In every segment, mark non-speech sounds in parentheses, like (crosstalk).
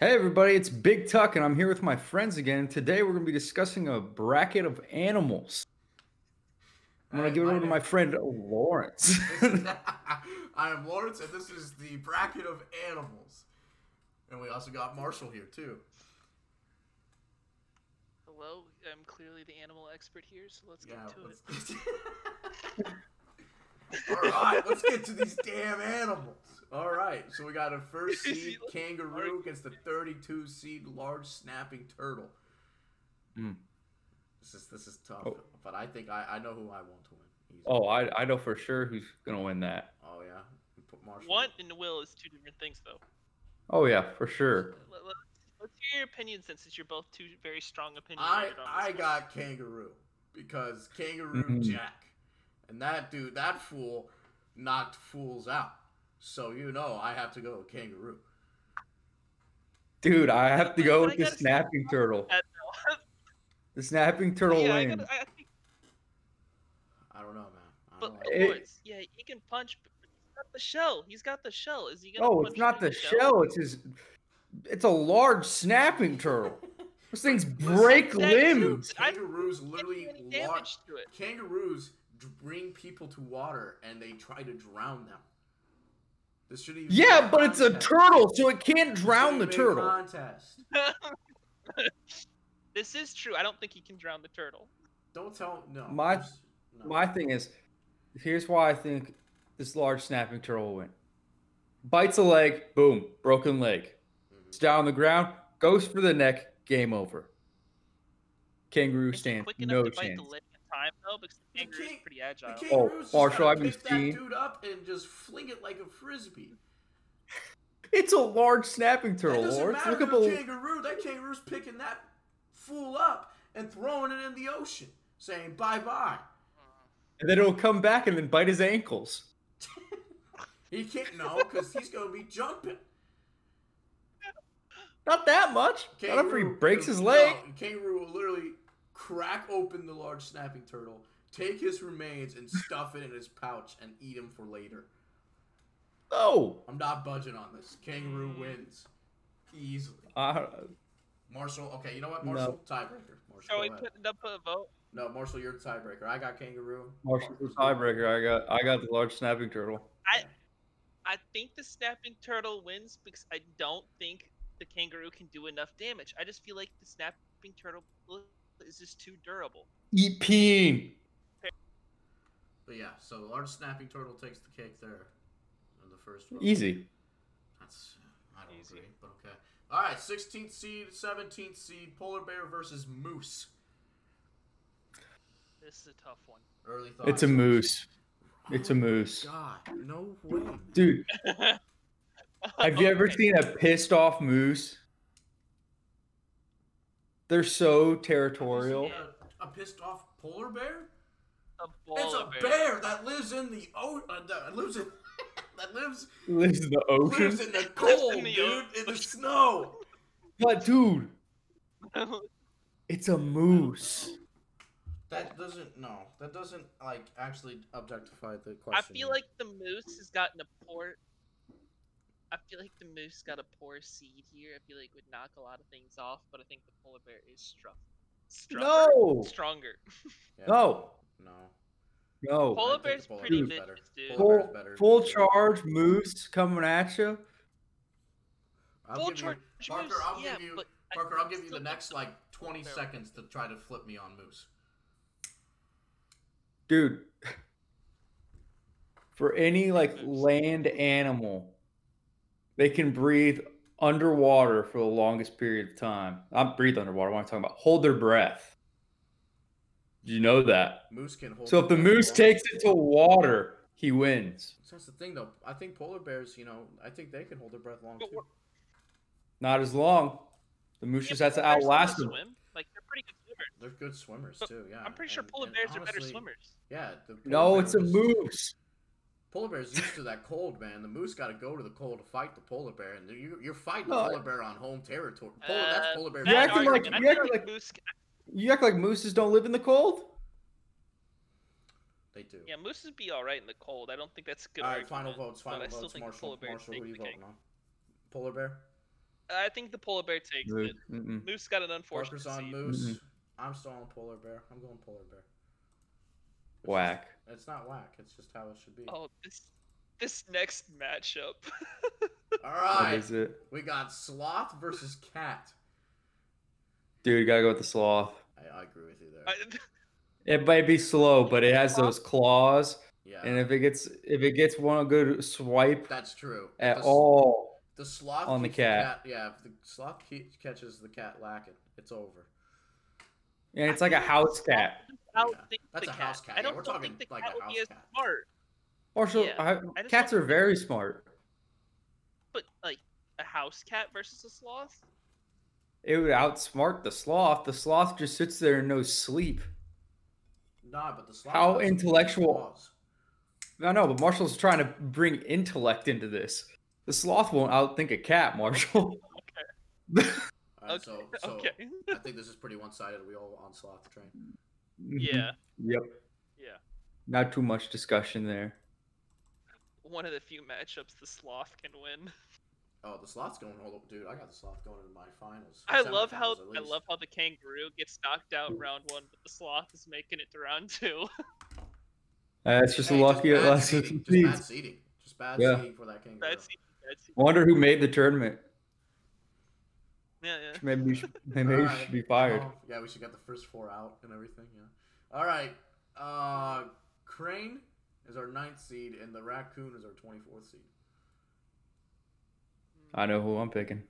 Hey everybody, it's Big Tuck, and I'm here with my friends again. Today we're going to be discussing a bracket of animals. I'm going Alright, to give it my over to my name- friend Lawrence. (laughs) (laughs) I am Lawrence, and this is the bracket of animals. And we also got Marshall here too. Hello, I'm clearly the animal expert here, so let's Yeah. get to let's get- (laughs) All right, let's get to these damn animals. All right, so we got a (laughs) first seed kangaroo against the 32 seed large snapping turtle. Hmm. This is this is tough, Oh. but I think I, I know who I want to win. Easy. oh, I, I know for sure who's going to win that. Oh, yeah. We Put it. Marshall. Want and will is two different things, though. Oh, yeah, for sure. Let, let, let's hear your opinions then, since you're both two very strong opinions. I I got kangaroo because kangaroo Mhm. Jack, and that dude, that fool, knocked fools out. So you know I have to go with kangaroo. Dude, I have to go But with I the gotta- snapping turtle. I (laughs) The snapping turtle yeah, I, wins. gotta, I think, I don't know, man. I but don't of like It- course, yeah, he can punch. But he's got the shell. He's got the shell. Is he gonna? No, Oh, punch it's not through the shell. It's his. It's a large snapping turtle. Those things break that too. limbs. I- kangaroos Can't do literally any lar- damage to it. kangaroos d- bring people to water and they try to drown them. This should even be Yeah, but it's a contest. turtle, so it can't This drown shouldn't the be a turtle. Contest. This is true. I don't think he can drown the turtle. Don't tell no. My- there's- no. My thing is, here's why I think this large snapping turtle will win. Bites a leg, boom, broken leg. It's Mhm. down on the ground, goes for the neck, game over. Kangaroo Is he stands quick enough no to bite chance. the leg in time though? Because the You kangaroo is can't- pretty agile. The Oh, kangaroo's just Marshall, gotta I've been pick seeing- that dude up and just fling it like a frisbee. It's a large snapping turtle, that doesn't Lawrence. matter Look to up the a kangaroo. That kangaroo's picking that fool up and throwing it in the ocean, saying bye bye. and then it'll come back and then bite his ankles. He can't know because he's gonna be jumping. Not that much. (laughs) Not if he breaks his leg. No, kangaroo will literally crack open the large snapping turtle, take his remains and stuff it in his pouch and eat him for later. No. I'm not budging on this. Hmm. Kangaroo wins easily. Uh, Marshall, okay, you know what, No. Marshall? Tiebreaker. Marshall, Shall go we ahead. put it up for a vote? No, Marshall, you're the tiebreaker. I got kangaroo. Marshall's the tiebreaker. I got I got the large snapping turtle. I think the snapping turtle wins because I don't think the kangaroo can do enough damage. I just feel like the snapping turtle is just too durable. Eat peeing. But yeah, so the large snapping turtle takes the cake there in the first round. Easy. That's I don't Easy. agree, but okay. All right, 16th seed, 17th seed, polar bear versus moose. This is a tough (laughs) one. Early thoughts. It's a moose. It's a moose. God, no way. Dude, (laughs) have you ever Okay. seen a pissed off moose? They're so territorial. Yeah. A, a pissed off polar bear? a it's polar a bear. (laughs) that lives in the oh, uh, that lives in (laughs) that lives (laughs) Lives in the ocean. lives in the cold, the dude, in the snow. But dude, bear? it's a moose. That doesn't no. That doesn't like actually objectify the question. I feel like the moose has gotten a poor. I feel like the moose got a poor seed here. I feel like it would knock a lot of things off, but I think the polar bear is strong. No. Stronger. Yeah, No. no. No. Polar think the bear's polar pretty bear's better. bitches, dude. Polar- Full, full charge moose coming at you. I'll Full give you- charge Parker, moose, I'll yeah, give you but I Parker. I'll give you still the think next like 20 bear- seconds to try to flip me on Moose. Dude, for any like Moose. land animal, they can breathe underwater for the longest period of time. Not breathe underwater. What am I talking about? Hold their breath. You know that. Moose can hold. So if the breath moose long. takes it to water, he wins. So that's the thing though. I think polar bears, you know, I think they can hold their breath long But too. Not as long. The moose Yeah, just but has to polar bears can outlast him. Swim. Like they're pretty good swimmers. They're good swimmers But too. Yeah. I'm pretty sure and- polar and bears are better honestly, swimmers. Yeah. The polar No, bear it's a was- moose. Polar bear's used to that cold, man. The moose got to go to the cold to fight the polar bear, and you, you're fighting the No. polar bear on home territory. Polar, that's Uh, polar bear. You Bad acting like- argument. I you feel acting like- moose. You act like mooses don't live in the cold? they do. Yeah, moose would be all right in the cold. I don't think that's a good. All right, final argument, votes. but Final I still votes. think the Marshall, polar bear Marshall, who takes are you the cake. voting on? Polar bear. I think the polar bear takes Moose. it. Mm-mm. Moose got an unfortunate. Parker's on seed. Moose. Mhm. I'm still on Polar Bear. I'm going Polar Bear. It's Whack. just- it's not whack. It's just how it should be. Oh, this this next matchup. (laughs) What All right. is it? We got Sloth versus Cat. Dude, gotta go with the sloth. I, I agree with you there. I, It might be slow, but it has those claws, yeah. and if it gets if it gets one good swipe that's true. at the, all, The sloth on the keeps cat. Yeah, if the sloth ke- catches the cat lacking, it's over. and it's like a house cat. I don't Yeah. think That's the a house cat. I Yeah, don't, we're don't talking think the like cat a would be house as cat. smart, Also, Yeah. I, just cats don't- are very smart. but like a house cat versus a sloth. It would outsmart the sloth. The sloth just sits there and no sleep. Nah, but the sloth. How has some intellectual. claws. I know, but Marshall's trying to bring intellect into this. The sloth won't outthink a cat, (laughs) Marshall. All right, Okay, So, so (laughs) okay. (laughs) I think this is pretty one-sided. Are we all on sloth train? yeah. (laughs) Yep. (laughs) Yeah. Not too much discussion there. One of the few matchups the sloth can win. Oh, the sloth's going all the dude. I got the sloth going into my finals. I love how semifinals, at I least. love how the kangaroo gets knocked out round one, but the sloth is making it to round two. (laughs) Uh, it's just Hey, lucky. it bad lasted seeding. two Just bad seeds. seeding. Just bad Yeah. seeding for that kangaroo. That's that's Wonder who made the tournament. yeah yeah. Maybe we should, maybe we Alright, should be fired. well, Oh, yeah, we should get the first four out and everything. Yeah. All right. Uh, Crane is our ninth seed, and the Raccoon is our twenty-fourth seed. Mm. I know who I'm picking.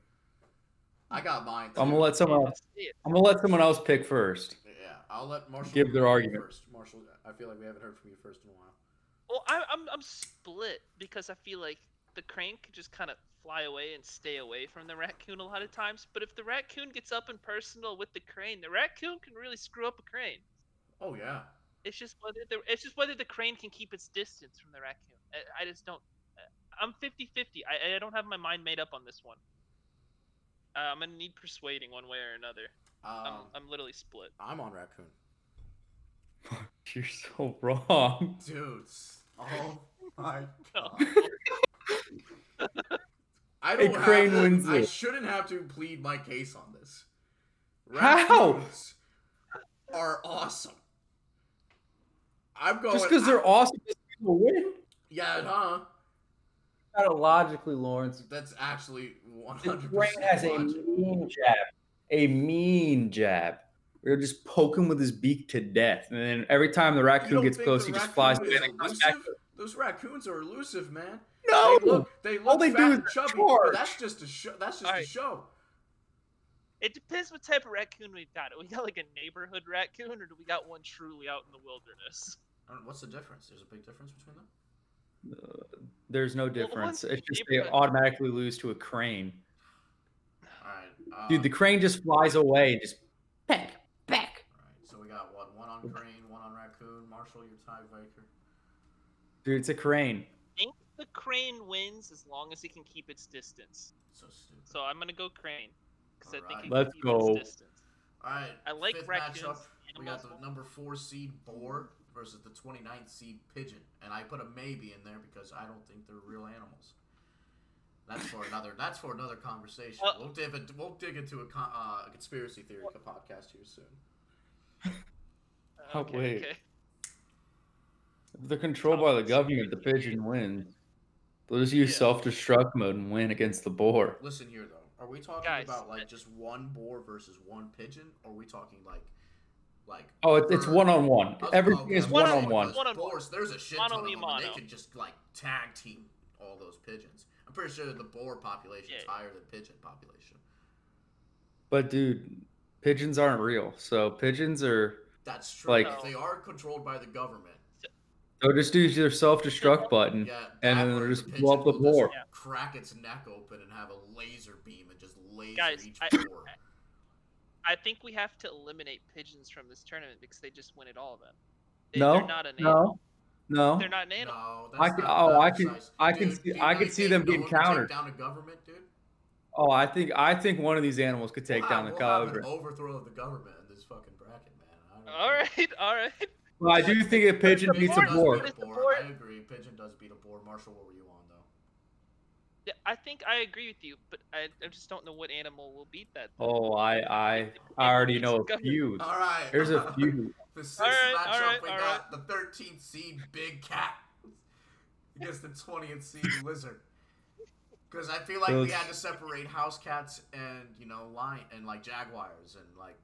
I got mine. I'm too. gonna let someone else. Let's see it. I'm gonna let someone else pick first. (laughs) Yeah, I'll let Marshall Give their you argument. first. Marshall, I feel like we haven't heard from you first in a while. Well, I, I'm I'm split because I feel like the crane could just kind of fly away and stay away from the raccoon a lot of times. But if the raccoon gets up and personal with the crane, the raccoon can really screw up a crane. Oh yeah. It's just whether the it's just whether the crane can keep its distance from the raccoon. I, I just don't. uh, I'm 50-50. I, I don't have my mind made up on this one. Uh, I'm gonna need persuading one way or another. I'm, Oh. Um, I'm literally split. I'm on Raccoon. You're so wrong. Dudes. Oh (laughs) my No. god. I Hey, don't have Crane to- wins I it. shouldn't have to plead my case on this. How? Raccoons are awesome. I'm going Just because they're awesome doesn't mean they'll win. Yeah, huh? Gotta logically, Lawrence. That's actually 100% The brain has a logic. mean jab. A mean jab. We're just poking with his beak to death, and then every time the You raccoon don't gets think close, the he just raccoon flies is away and then comes back. elusive? Those raccoons are elusive, man. No, They look, they look All they fat do is and chubby, charge. but that's just a show. That's just a Alright. show. It depends what type of raccoon we got. We got like a neighborhood raccoon, or do we got one truly out in the wilderness? (laughs) I don't- What's the difference? There's a big difference between them. there's no the difference. ones It's that just keep they it- automatically lose to a crane. All right, uh, Dude, the crane just flies away. Just peck, peck. All right, um, so we got what? One on crane, one on raccoon. Marshall, your tiebreaker. Dude, it's a crane. I think the crane wins as long as it can keep its distance. So stupid. So I'm gonna go crane because I think Alright. it can Let's keep go. its distance. All right. I like fifth raccoons. matchup. We got Animals the won't- number four seed boar versus the 29th seed pigeon, and I put a maybe in there because I don't think they're real animals. That's for another. That's for another conversation. Well- we'll dig. It, we'll dig into a, con, uh, a conspiracy theory podcast here soon. Oh, okay, wait. okay. Oh, If they're controlled by the government, the pigeon wins. They'll just use Yeah. self-destruct mode and win against the boar. Listen here though. Are we talking Guys, about like that- just one boar versus one pigeon? Or are we talking like, like Oh, it's, it's Or- one on one. Us- Everything okay, is okay. one on one. Because One on boars, there's a shit Mono ton of e them, and mono. they could just like tag team all those pigeons. I'm pretty sure the boar population is Yeah. higher than pigeon population. But dude, pigeons aren't real. So pigeons are That's true. Like- if they are controlled by the government. they'll just use their self-destruct button. Yeah, And that then or they'll the just pigeon blow up the will just boar. Yeah. Crack its neck open and have a laser beam and just laser Guys, each I- boar. I think we have to eliminate pigeons from this tournament because they just win it all. Then they, No, they're not an No, animal. no. They're not an animal. no, that's I can- not- oh, not I can- precise. I can Dude, see- do I you can really see think them no being one can take countered. down a government, dude. Oh, I think I think one of these animals could take Wow, down the we'll have cover. an overthrow of the government in this fucking bracket, man. I don't (laughs) All care. right, all right. Well, I do think a pigeon Pigeon beats a does boar. beat Does It's beat a a boar. I agree. Pigeon does beat a boar. Marshall, what were you on though? Yeah, I think I agree with you, but I, I just don't know what animal will beat that. Oh, I I, I already know a few. All right. There's a few. (laughs) The sixth All right, all matchup right, we all got the 13th seed Big Cat against the 20th seed Lizard. Because I feel like we Those- had to separate house cats and you know lion and like jaguars and like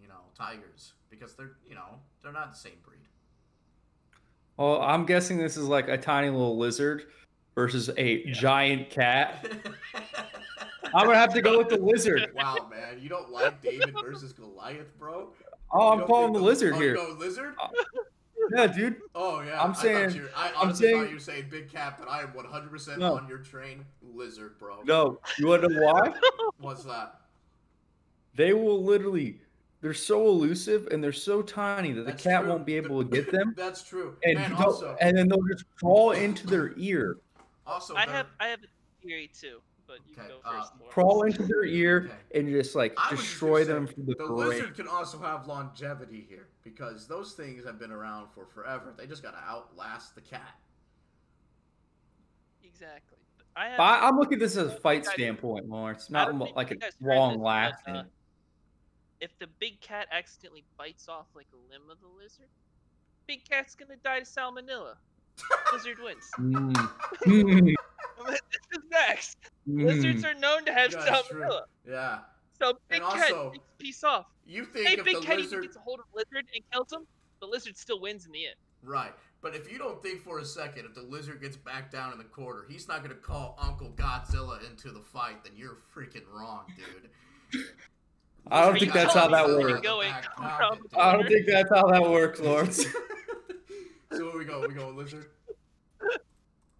you know tigers because they're you know they're not the same breed. Oh, I'm guessing this is like a tiny little lizard versus a giant cat. I'm gonna have to go with the (laughs) lizard. (laughs) wow, man, you don't like David versus Goliath, bro? Oh, You I'm don't calling think the lizard oh, here. No lizard. Yeah, dude. Oh yeah, I'm I thought saying- you were- I honestly saying- thought you were saying big cat, but I am 100 percent No. on your train, lizard, bro. No, you wanna know why? What's that? They will literally. They're so elusive and they're so tiny that the That's cat true. won't be able to get them, (laughs) That's true. and Man, they'll- also, and then they'll just crawl into their ear, also, I there- have I have a theory too, but you Okay, go uh, first. Laura. crawl into their ear, Okay. and just like I was just destroy gonna them say, from the, the brain. lizard can also have longevity here because those things have been around for forever. They just gotta outlast the cat. exactly. But I have. But I, I'm looking at this as a fight I- standpoint, Lawrence, I not don't mo- think like a you guys heard long this, but, lasting. uh, if the big cat accidentally bites off like a limb of the lizard, big cat's gonna die (laughs) to salmonella. lizard wins. (laughs) Mm. Mm. this is next. Lizards Mm. are known to have That's true. salmonella, Yeah. so big also- cat takes a piece off. You think Hey, if big the cat even lizard gets a hold of the lizard and kills him, the lizard still wins in the end. Right. But if you don't think for a second, if the lizard gets back down in the corner, he's not going to call Uncle Godzilla into the fight, then you're freaking wrong, dude. I don't Are think you that's how telling me that where we're works. Going Back from pocket, I corner? don't think that's how that (laughs) works, Lawrence. (laughs) so where we go? We go lizard?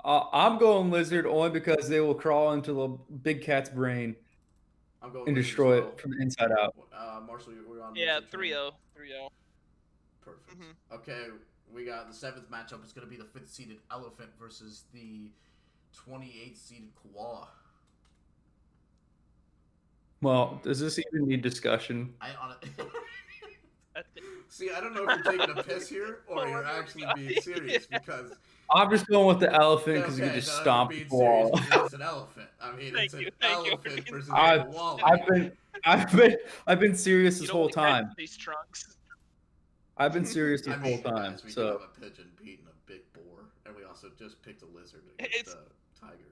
uh, I'm going lizard only because they will crawl into the big cat's brain I'm going and lizard, destroy so, it from the inside out. Uh, Marshall, you- Oh, we're on Yeah, oh. lizard train. 3-0, 3-0. Perfect. Mhm. Okay, we got the seventh matchup. It's going to be the fifth seeded elephant versus the 28th seeded koala. Well, does this even need discussion? I on (laughs) That's it. See, I don't know if you're taking a piss (laughs) here or you're actually being serious because I'm just going with the elephant because you Okay, can just no, I'm stomp the being ball. serious, because It's an elephant. I mean, Thank it's an you, thank you. elephant versus I- a koala. (laughs) I've been, I've been, I've been serious You this don't whole think I have time. These trunks. I've been serious (laughs) I this whole mean, time. guys, we do So have a pigeon beating a big boar, and we also just picked a lizard It's- against a tiger.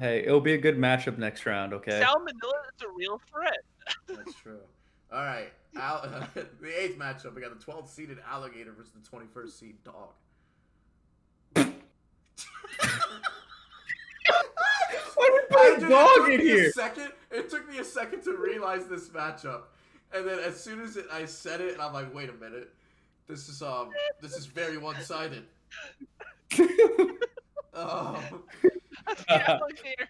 hey, it'll be a good matchup next round. Okay. Salmonella is a real threat. (laughs) That's true. All right, Al- (laughs) the eighth matchup, we got the 12th seeded alligator versus the 21st seed dog. (laughs) Why did I you put did- a it dog took in me a here? second. It took me a second to realize this matchup, and then as soon as it, I said it, and I'm like, wait a minute, this is um, this is very one-sided. (laughs) Um, alligator.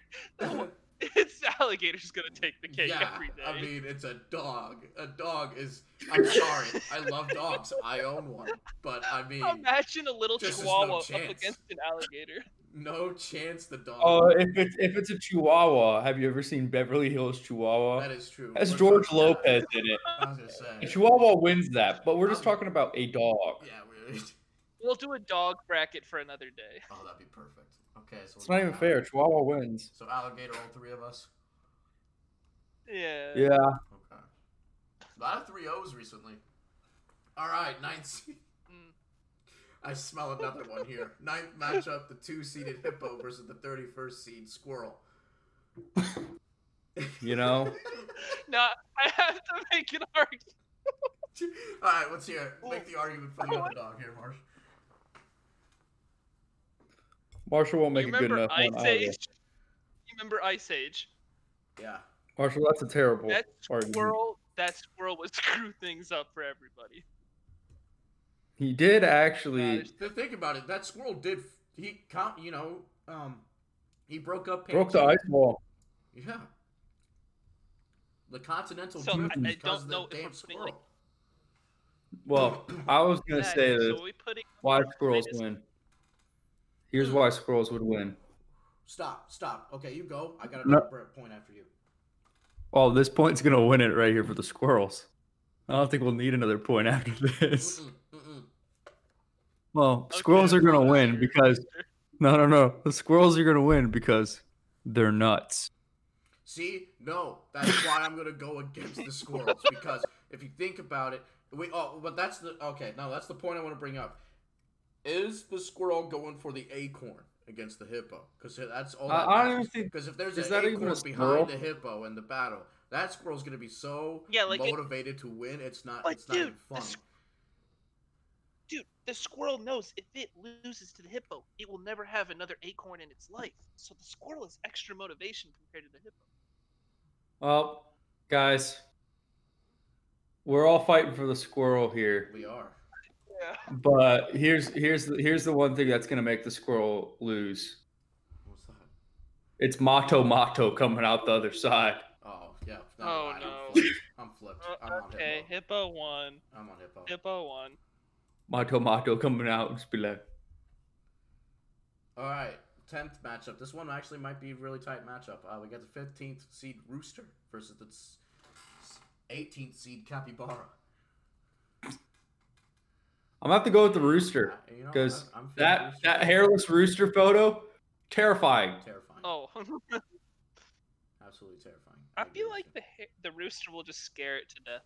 It's alligator's gonna take (laughs) the cake yeah, every day. I mean, it's a dog. A dog is. I'm sorry, I love dogs. I own one, but I mean, Imagine a little Just there's no chihuahua up chance. against an alligator. no chance the dog. (laughs) Oh, if it's if it's a Chihuahua, have you ever seen Beverly Hills Chihuahua? that is true. That's We're George talking about- Lopez in it. I was gonna say. A Chihuahua wins that, but we're just talking about a dog. Yeah, we We'll do a dog bracket for another day. (laughs) Oh, that'd be perfect. Okay, so It's we not got even fair. Chihuahua wins. So alligator, all three of us. Yeah. (laughs) Yeah, Okay. A lot of three O's recently. All right, ninth. (laughs) seed- Mm. I smell another one here. Ninth matchup: the two-seeded hippo versus the thirty-first seed squirrel. you know. No, I have to make an argument. (laughs) All right, let's hear it. Make the argument for the other dog here, Marsh. Marshall won't make you a good remember enough Ice one. either. Age? You remember Ice Age? Yeah. Marshall, that's a terrible That argument. squirrel, that squirrel would (laughs) screw things up for everybody. He did actually Gosh. Th- Think about it. That squirrel did. f- He count. You know. Um. He broke up. broke the Pangea. ice wall. Yeah. The continental So, drift I- I because don't of the know if damn we're putting, like, squirrel. (clears throat) Well, I was gonna That- say this. so we putting Why our squirrels greatest- Hmm. win? Here's why squirrels would win. Stop, stop. Okay, you go. I got No. another br- point after you. Oh, this point's gonna win it right here for the squirrels. I don't think we'll need another point (laughs) after this. Mm-mm, mm-mm. Well, Okay, squirrels are well, gonna that's win your- because no, no, no. The squirrels are gonna win because They're nuts. See, no, that's why I'm gonna go against the squirrels because if you think about it, we oh, but that's the okay. No, that's the point I want to bring up. Is the squirrel going for the acorn against the hippo? Because that's all. I- That Oh, I don't even think- Because if there's is an that even acorn a squirrel? behind the hippo in the battle, that squirrel's gonna be so Yeah, like it- motivated to win. It's not. Like, it's not even dude, the fun. squ- Dude, the squirrel knows if it loses to the hippo, it will never have another acorn in its life. So the squirrel is extra motivation compared to the hippo. Well, guys, we're all fighting for the squirrel here. We are. Yeah. But here's here's the, here's the one thing that's gonna make the squirrel lose. What's that? It's Mato Mato coming out the other side. Oh yeah. Oh, I'm no. flipped. I'm flipped. I'm on okay, hippo. hippo won. I'm on hippo. Hippo won. Mato Mato coming out and just be like, All right, tenth matchup. This one actually might be a really tight matchup. Uh, we got the fifteenth seed Rooster versus the eighteenth seed Capybara. I'm gonna have to go with the rooster. I- Uh, you know, Because I'm- I'm feeling That Rooster. that hairless rooster photo, terrifying. terrifying. Oh, (laughs) absolutely terrifying. I agree feel with like you. the ha- the rooster will just scare it to death.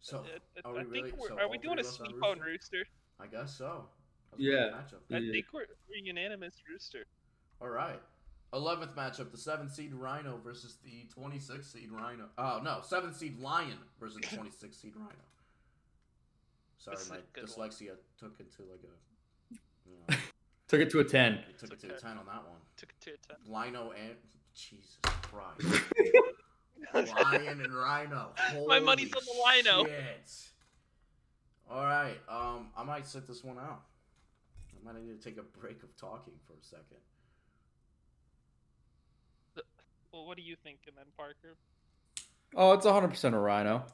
so. Uh, Are we I think really? we're so are all we three doing a of us on sweep on Rooster? rooster? I guess so. That's a Yeah. good Matchup. I Yeah. think we're, we're unanimous rooster. All right. 11th matchup, the 7th seed Rhino versus the 26th seed Rhino. Oh, no, 7th seed Lion versus the 26th seed Rhino. Sorry, This is a my good one. dyslexia took it to like a. You (laughs) know, Took it to a ten. it took it It's to a okay. 10 on that one. Took it to a ten. Lino and. Jesus (laughs) Christ. Lion and Rhino. My money's Holy on the Rhino. shit. All right. Um, I might sit this one out. I might need to take a break of talking for a second. well, what are you thinking then, Parker? Oh, it's 100 percent a rhino.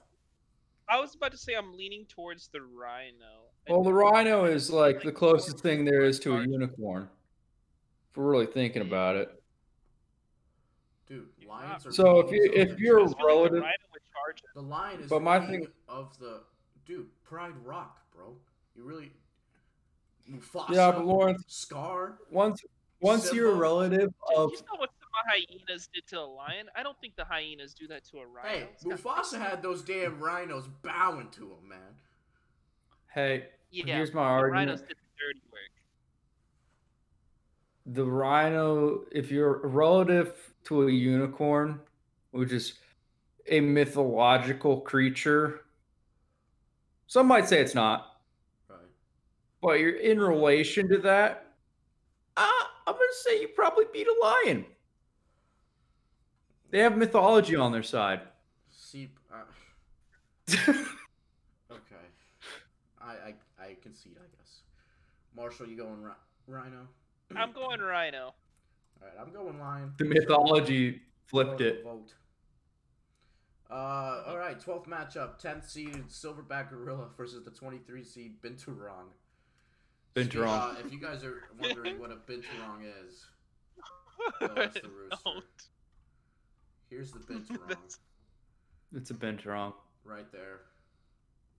I was about to say I'm leaning towards the rhino. I- Well, the rhino is like the closest thing there is to a Sorry. unicorn. If we're really thinking about it, Dude, You're lions not- are. So if beings you- of if their you're I time. just feel like the relative- rhino would charge it. The lion is But the my king thing- of the dude Pride Rock, bro. You really Mufasa, yeah, but Lawrence, Scar. once once you're a Simba. relative Dude, of you know what the hyenas did to a lion? I don't think the hyenas do that to a rhino. Hey, It's got- Mufasa had those damn rhinos bowing to him, man. hey, yeah, here's my the argument: rhinos did the dirty work. the rhino, if you're a relative to a unicorn, which is a mythological creature, some might say it's not, Right. but you're in relation to that. Uh, I'm gonna say you probably beat a lion. They have mythology on their side. See, (laughs) uh, okay. I, I I concede, I guess. Marshall, you going ri- rhino? I'm going rhino. All right, I'm going lion. the mythology flipped Vote, it. Vote. Uh, all right, 12th matchup, 10th seed Silverback Gorilla versus the 23 seed Binturong. Binturong. Uh, if you guys are wondering what a binturong (laughs) is, no, Oh, that's the rooster. Don't. Here's (laughs) the binturong That's- It's a binturong. right there.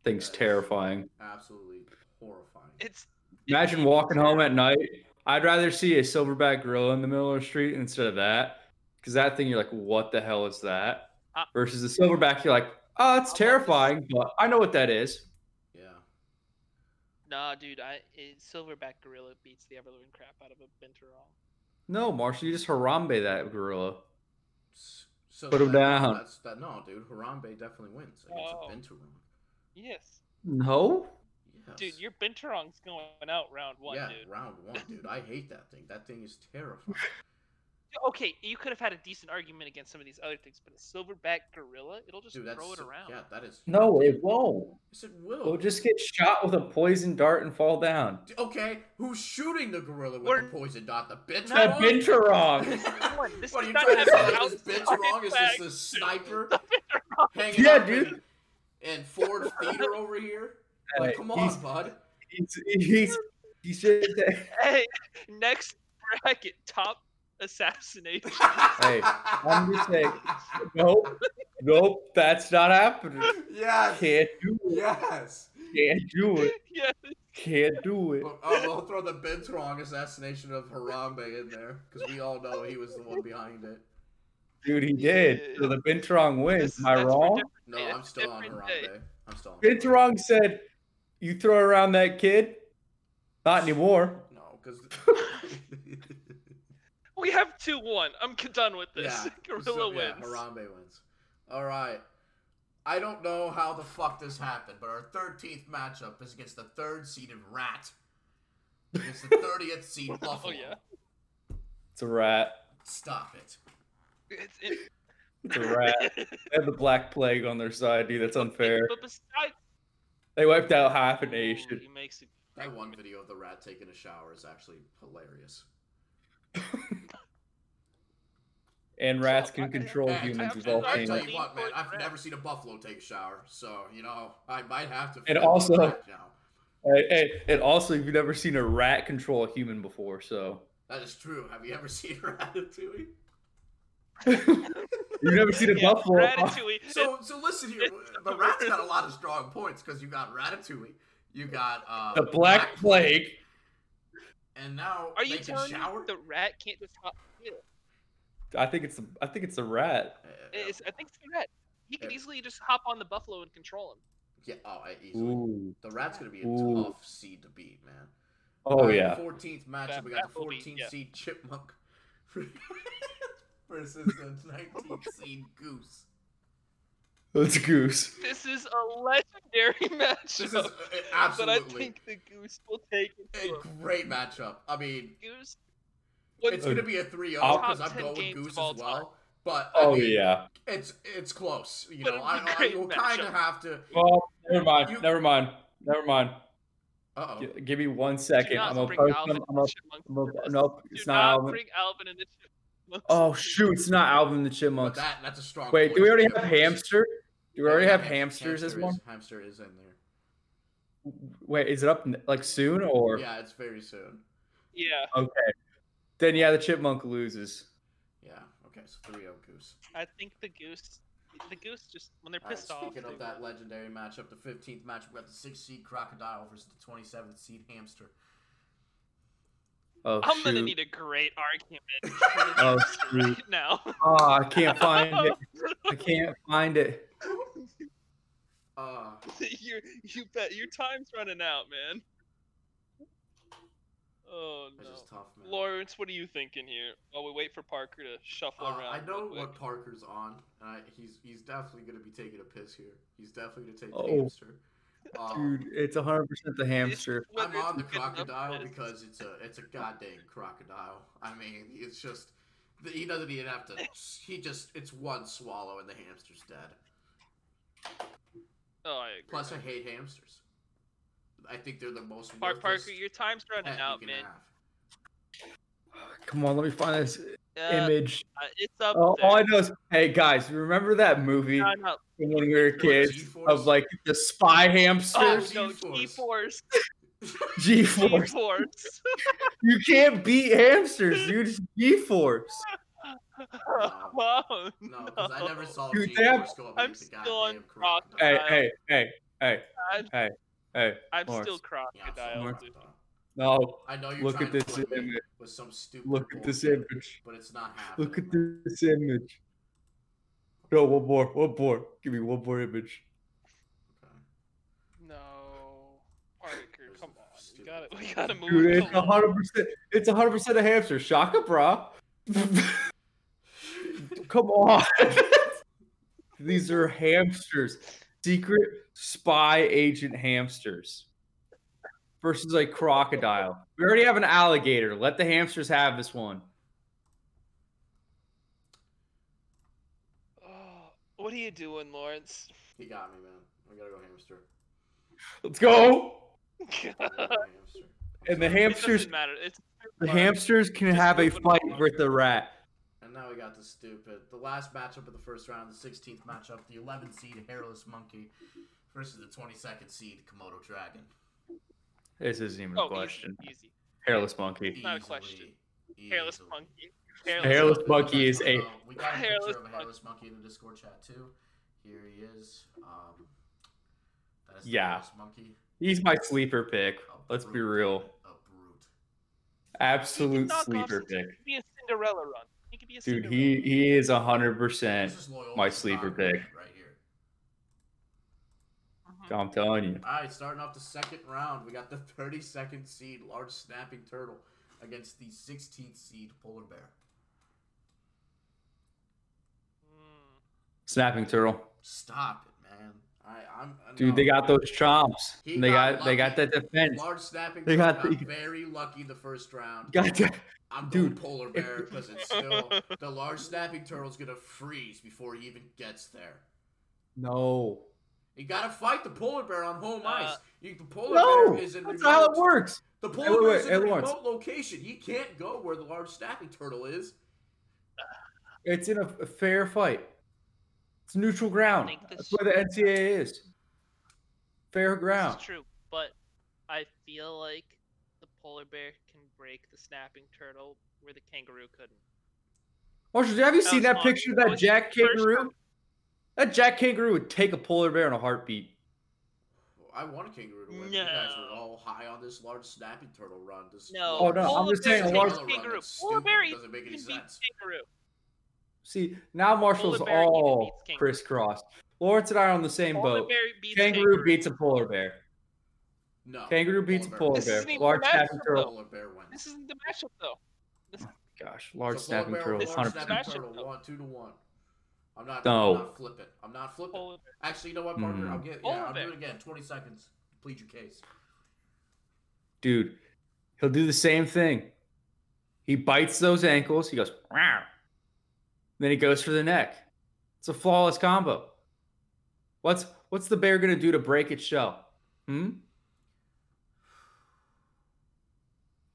Thing's Yes. terrifying. Absolutely horrifying. It's Imagine walking home at night. I'd rather see a silverback gorilla in the middle of the street instead of that, because that thing you're like, what the hell is that? Uh, Versus the silverback, you're like, oh, it's I'll let this- terrifying, but I know what that is. yeah. Nah, dude. I it, silverback gorilla beats the ever living crap out of a binturong. No, Marshall, you just harambe that gorilla. S- So Put 'em down. That's that. No, dude, Harambe definitely wins against Oh. a binturong. Yes, No, Yes. dude. Your binturong's going out round one, yeah, dude. round one, dude. I hate that thing. That thing is terrifying. Okay, you could have had a decent argument against some of these other things, but a silverback gorilla, it'll (laughs) just Dude, that's throw it so- around. yeah, that is. no, it won't. Yes, it will. It'll just get shot with a poison dart and fall down. D- Okay, who's shooting the gorilla with We're- the poison dot? The binturong. The binturong. (laughs) Come what on, this are is you not trying to having say? This outside binturong is just facts. a (laughs) sniper hanging Yeah, out dude. in, in Ford Theater over here. Hey, Like, come on, he's- bud. He's, he's, he's just, Hey, next bracket top assassination. (laughs) Hey, I'm just saying, nope, nope, that's not happening. Yes. Can't do it. Yes. Can't do it. yes, Can't do it. But, oh, we'll throw the Binturong assassination of Harambe in there because we all know he was the one behind it. Dude, he did. So the Binturong wins. This- Am I that's for wrong? different- No, Hey, I'm that's still on different day. Harambe. I'm still on. Harambe. Binturong said, "You throw around that kid, not anymore." No, (laughs) because We have two one. I'm c- done with this. yeah, (laughs) Gorilla so, yeah, wins. Harambe wins. All right. I don't know how the fuck this happened, but our thirteenth matchup is against the third seeded rat. Against (laughs) the thirtieth seed Buffalo. Oh, yeah. It's a rat. Stop it. It's, (laughs) it- It's a (laughs) rat. they have the Black Plague on their side, dude. That's unfair. But besides, They wiped out half a Ooh, nation. he makes it. That one video of the rat taking a shower is actually hilarious. And rats So, can I- control I- I- humans I- with I- all I- I things. tell Anyway. you what, man, I've Rat. never seen a buffalo take a shower, so you know I might have to. And feel also- rat now. And, and, and also, you've never seen a rat control a human before, so (laughs) that is true. Have you ever (laughs) seen Ratatouille? you've never seen a Yeah, buffalo. Ratatouille. So, so listen here. (laughs) The rat's got a lot of strong points because you got Ratatouille, you got uh, (laughs) The Black Plague. and now Are you they can telling me shower. the rat can't just hop? Yeah, I think it's I think it's a rat. Uh, it's, I think it's the rat. He could Yeah. easily just hop on the buffalo and control him. yeah, oh, I- easily. Ooh. The rat's gonna be a Ooh. tough seed to beat, man. Oh yeah. Fourteenth matchup, That- we got that the will be- fourteen yeah. seed chipmunk (laughs) versus the (laughs) nineteen seed goose. It's a goose. This is a legendary (laughs) matchup. This is uh, But I absolutely think the goose will take it. to him. a great matchup. I mean, Goose. What, it's gonna be a 3-0 I'll- because Top I'm 10 going games goose of all as well. But I Oh mean, yeah. it's it's close. You know, But it'd I, be a I great will kind matchup. of have to. Well, never mind. You- Never mind. Never mind. Uh oh. G- give me one do second. not I'm gonna bring post Alvin them. and I'm the gonna, Chipmunks I'm gonna, to this. nope, Do it's not, not Alvin. bring Alvin and the Chipmunks. Oh to this. shoot, it's not Alvin and the But Chipmunks. that that's a strong. Wait, choice. do we already have Yeah. hamster? Do we already Yeah, have ham- hamsters as hamster one? is- Hamster is in there. Wait, is it up n- like soon or? Yeah, it's very soon. Yeah, Okay. Then yeah, the chipmunk loses. Yeah. Okay, so 3-0 goose. I think the goose. The goose just when they're All right, pissed off. speaking they of that legendary matchup, the 15th matchup, we got the 6th seed crocodile versus the 27th seed hamster. Oh I'm gonna shoot. need a great argument (laughs) Oh shoot. right now. Oh, (laughs) I can't find (laughs) it. I can't find it. Uh, (laughs) you you bet your time's running out, man. Oh that's no, just tough, man. Lawrence, what are you thinking here? While we wait for Parker to shuffle Uh, around. I know real quick. what Parker's on, and I, he's he's definitely going to be taking a piss here. He's definitely going to take the Oh. hamster. Oh. Um, Dude, it's 100% the hamster. It's I'm whether on the it's good enough crocodile that it's- because it's a it's a goddamn crocodile. I mean, it's just he doesn't even have (laughs) to. He just it's one swallow and the hamster's dead. Oh, I agree. Plus, I hate hamsters. I think they're the most. Park, worthless Parker, your time's running pet out, you can man. have. (laughs) Come on, let me find this Uh, image. Oh, uh, it's up All, there. all I know is, hey guys, remember that movie No, no. from when we were kids G-force? of like the spy Oh, hamsters? G-force. no, G-force. (laughs) G (laughs) G-force. (laughs) force. (laughs) You can't beat hamsters, dude. It's G force. Oh, (laughs) No, because I never saw Dude, G they have- go up I'm against a still on goddamn crocodile. Hey, Crocodile. hey, hey, hey, I'm- hey, hey. I'm Lawrence. still Yeah, I'm crocodile. still on Lawrence. dude. crocodile. No, I know you're look trying at to this play me image. with some stupid. Look at this bullshit, image. But it's not happening. Look at man. this image. No, one more, one more. Give me one more image. Okay. No. Parker, Those come are on. We stupid gotta, we things. gotta move. Dude, it's along. hundred percent. It's hundred percent a hamster. Shaka bra. (laughs) Come on. (laughs) These are hamsters. Secret spy agent hamsters versus a crocodile. We already have an alligator. Let the hamsters have this one. Oh, what are you doing, Lawrence? (laughs) (laughs) He got me, man. I gotta go hamster. Let's go. I gotta go hamster. I'm And the sorry. ham- It Hamsters- doesn't matter. It's The hamsters can have a fight with the rat. And now we got the stupid. The last matchup of the first round, the 16th matchup, the 11 seed hairless monkey versus the 22nd seed Komodo dragon. This isn't even a oh, question. easy, easy. Hairless monkey. Not a Easily. question. Hairless Easily. monkey. The hairless monkey is a- Oh, We got a Hairless picture of a monkey. hairless monkey in the Discord chat too. Here he is. Um, that is the Yeah. hairless monkey. He's my sleeper pick. A Let's be brute, real. David, A brute. He could Absolute knock off sleeper pick. Cin- He could be a Cinderella run. He could be a Dude, Cinderella. he he is hundred percent. This is loyal. my to sleeper Donovan pick. right here. Mhm. I'm telling you. All right, starting off the second round, we got the (laughs) 32nd seed, large snapping turtle, against the 16th seed, polar bear. Mm. Snapping turtle. Stop it, man. All right, I'm. uh, I Dude, know. they got those chomps. He And they got got they got lucky. that defense. (laughs) large snapping. They They got got, the- very lucky the first (laughs) round. Got that- I'm Dude, going polar (laughs) bear because it's still the large snapping turtle's gonna freeze before he even gets there. No. You gotta fight the polar bear on home Uh, ice. You, the polar No. bear is in That's remote. not how it works. The Hey, wait, polar bear is wait, in a hey, Lawrence. remote location. He can't go where the large snapping turtle is. It's in a, a fair fight. It's neutral ground. think That's this- where the NCAA is. Fair ground. It's true, but I feel like the polar bear can break the snapping turtle where the kangaroo couldn't. Marshall, have you That seen was that long. picture of That that was Jack the first Kangaroo? round. That Jack Kangaroo would take a polar bear in a heartbeat. I want a kangaroo to win. but You guys were No. all high on this large snapping turtle run. This No. Oh, no, I'm polar just bear saying a takes large- kangaroo. That's Polar stupid. bear Doesn't make any can sense. beat kangaroo. See, now Marshall's bear even all beats kangaroo. crisscrossed. Lawrence and I are on the same Polar boat. bear beats Kangaroo, beats a polar bear. No. Kangaroo beats a polar This bear. isn't even Large a snapping matchup, turtle. Polar bear wins. This isn't the matchup though. Gosh, large So polar snapping bear, turtle, with large 100%. snapping snapping Smash it, turtle, though. one, two to one. I'm not. No. I'm not flipping. I'm not flipping. Polar bear. Actually, you know what, Parker? Mm. I'll get. Yeah, Polar I'll bear. do it again. Twenty seconds. Plead your case. Dude, he'll do the same thing. He bites those ankles. He goes, Row. then he goes for the neck. It's a flawless combo. What's what's the bear gonna do to break its shell? Hmm.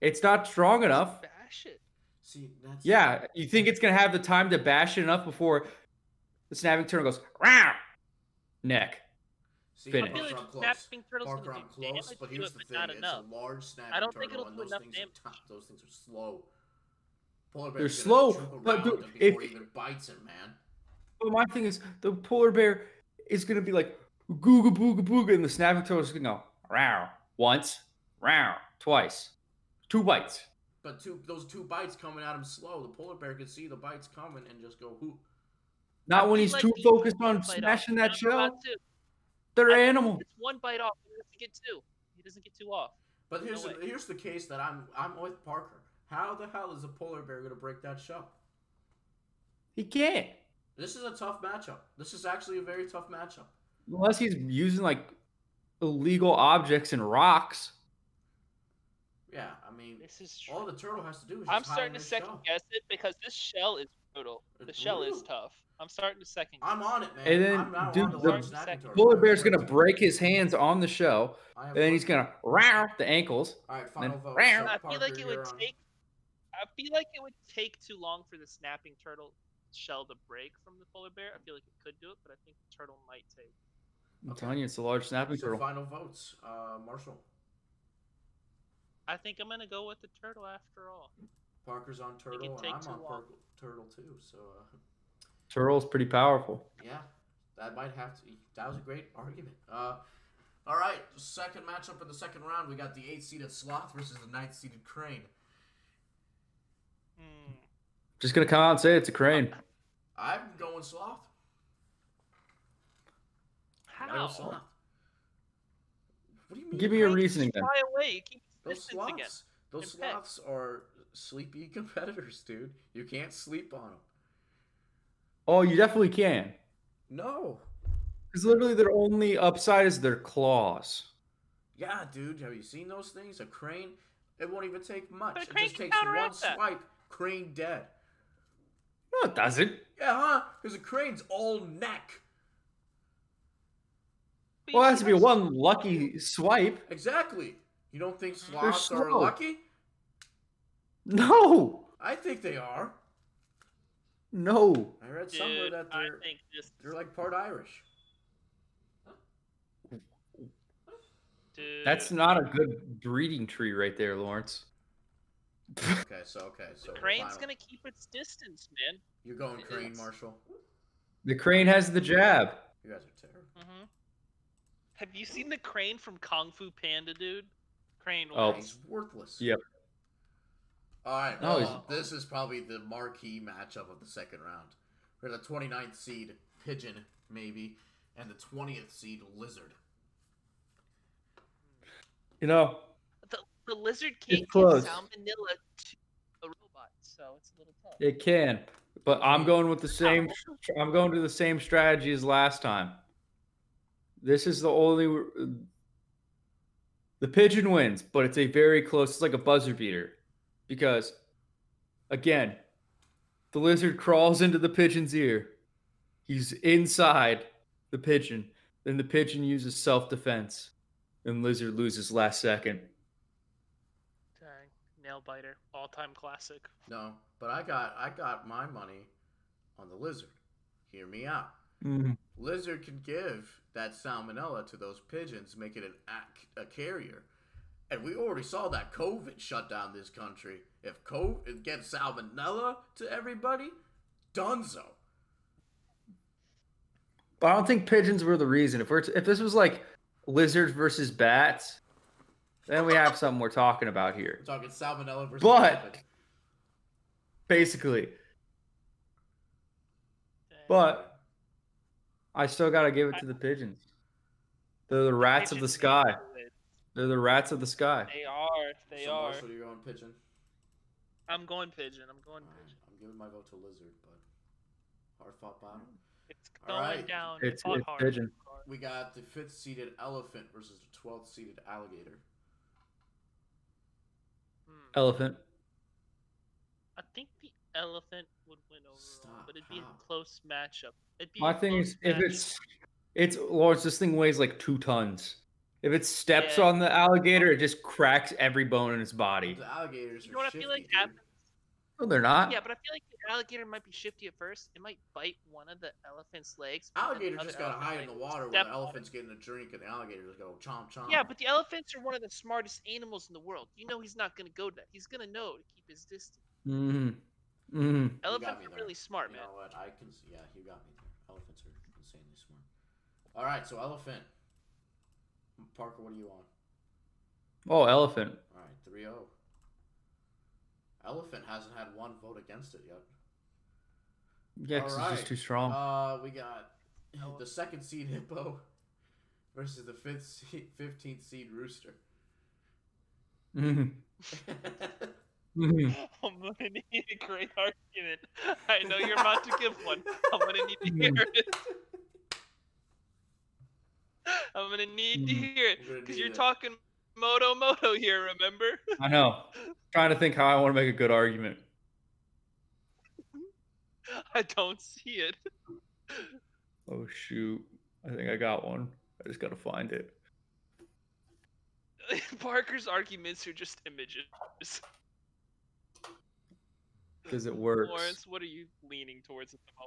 It's not strong enough. Bash it. See, that's. Yeah, you think it's gonna have the time to bash it enough before the snapping turtle goes Row. neck. See, finish. I feel Parker, like I'm close. snapping turtles Parker, gonna I'm do damage close. But to here's it, the but thing: not it's enough. a large snapping don't think turtle, it'll and do those enough things damage. are tough. Those things are slow. Polar They're bear's slow, gonna juke but around dude, him before if- he even bites him, man. But my thing is, the polar bear is gonna be like googa booga booga, and the snapping turtle is gonna go row once, row twice, two bites. But two, those two bites coming at him slow. The polar bear can see the bites coming and just go hoop. Not I when feel he's like too these focused one on bite off. smashing Not that shell. about two. They're I think animal. It's one bite off. He doesn't get two. He doesn't get two off. But here's No the, here's the case that I'm I'm with Parker. How the hell is a polar bear going to break that shell? He can't This is a tough matchup. This is actually a very tough matchup. unless he's using like illegal objects and rocks. Yeah, I mean, This is all true. the turtle has to do is just I'm hide starting in to their second shell. guess it because this shell is brutal. The It's shell is brutal. tough. I'm starting to second guess. I'm on it, man. And then, I'm now dude, on the the large snapping turtle. Polar bear's gonna break his hands on the shell, I have and then he's one. gonna row the ankles. All right, final then- vote. Rawr. So I feel Parker, like it would you're on. take. I feel like it would take too long for the snapping turtle shell to break from the polar bear. I feel like it could do it, but I think the turtle might take. I'm Okay. telling you, it's a large snapping So turtle. final votes, uh, Marshall. I think I'm gonna go with the turtle after all. Parker's on turtle, it'd and take I'm too on long. purple, turtle too. So uh, Turtle's pretty powerful. yeah, that might have to. That was a great argument. Uh, all right, second matchup in the second round, we got the eighth seeded sloth versus the ninth seeded crane. Hmm. Just gonna come out and say it's a crane. Uh, I'm going sloth. I How? go sloth. What do you mean? Give me your Crane can reasoning then. Fly away. Keep Those distance sloths, again. those They're pets. sloths are sleepy (laughs) competitors, dude. You can't sleep on them. Oh, you definitely can. No. Because literally their only upside is their claws. Yeah, dude. Have you seen those things? A crane. It won't even take much. But a It crane just can takes one counteract that. swipe. Crane dead. No, it doesn't. Yeah, huh? Because a crane's all neck. But Well, you it has see to be how one slow- lucky swipe. Exactly. You don't think sloths are slow. lucky? No, I think they are. no. I read somewhere Dude, that I they're think this. they're like part (laughs) Irish. Dude, That's not a good breeding tree right there, Lawrence. Okay, so okay, so Crane's final. gonna keep its distance, man. You're going crane, It's- Marshall. The crane has the jab. You guys are terrible. Mm-hmm. Have you seen the crane from Kung Fu Panda, dude? Crane. Oh. was- He's worthless. Yep. All right. No, Well, he's- this is probably the marquee matchup of the second round. We're the 29th seed Pigeon, maybe, and the 20th seed Lizard. You know, The, the lizard can't give close. salmonella to a robot, so it's a little tough. it can, but I'm going with the same. um, I'm going to the same strategy as last time. This is the only. The pigeon wins, but it's a very close. It's like a buzzer beater, because, again, the lizard crawls into the pigeon's ear. He's inside the pigeon. Then the pigeon uses self defense, and lizard loses last second. Dang. Nail biter. All time classic. No, but I got I got my money on the Lizard. Hear me out. Lizard can give that salmonella to those pigeons, make it an ac- a carrier. And we already saw that COVID shut down this country. If COVID gets salmonella to everybody, dunzo. But I don't think pigeons were the reason. If we're t- if this was like lizards versus bats, then we have something we're talking about here. We're talking salmonella versus But- COVID. Basically, Dang. but I still gotta give it to the pigeons. They're the rats of the Pigeons sky. are good. They're the rats of the sky. They are. They so are. Marshall, you're on pigeon. I'm going pigeon. I'm going pigeon. I'm giving my vote to Lizard, but hard fought battle. It's All going right. down. It's, Fought it's hard. pigeon. We got the fifth seeded elephant versus the twelfth seeded alligator. Hmm. Elephant. I think the elephant would win overall, Stop, but it'd be how? a close matchup. It'd be My a thing close is if matchup. it's it's Lawrence, this thing weighs like two tons. If it steps Yeah. on the alligator, it just cracks every bone in its body. The alligators are You know what I shifty, feel like dude. happens? No, they're not. Yeah, but I feel like the alligator might be shifty at first. It might bite one of the elephant's legs. but then Alligator the just other got elephant high in the might water where step the on it. elephant's getting a drink and the alligator just go chomp chomp. Yeah, but the elephants are one of the smartest animals in the world. You know he's not gonna go to that. He's gonna know to keep his distance. hmm hmm Elephants me are there. really smart, you man. know what? I can. s- Yeah, you got me there. Elephants are insanely smart. All right, so elephant. Parker, what are you on? Oh, elephant. All right, 3 0. Elephant hasn't had one vote against it yet. Yeah, 'cause it's Alright. just too strong. Uh, we got the Elephant. second seed hippo (laughs) versus the fifth seed, 15th seed rooster. (laughs) Mhm. Mhm. (laughs) I'm gonna need a great (laughs) argument. I know you're about to give one. I'm gonna need to hear it. (laughs) I'm gonna need to Mhm. hear it We're gonna because need you're it. talking moto moto here. Remember? (laughs) I know. Trying to think how I want to make a good argument. I don't see it. Oh shoot! I think I got one. I just gotta find it. (laughs) Parker's arguments are just images. Because it works. Lawrence, what are you leaning towards at the moment?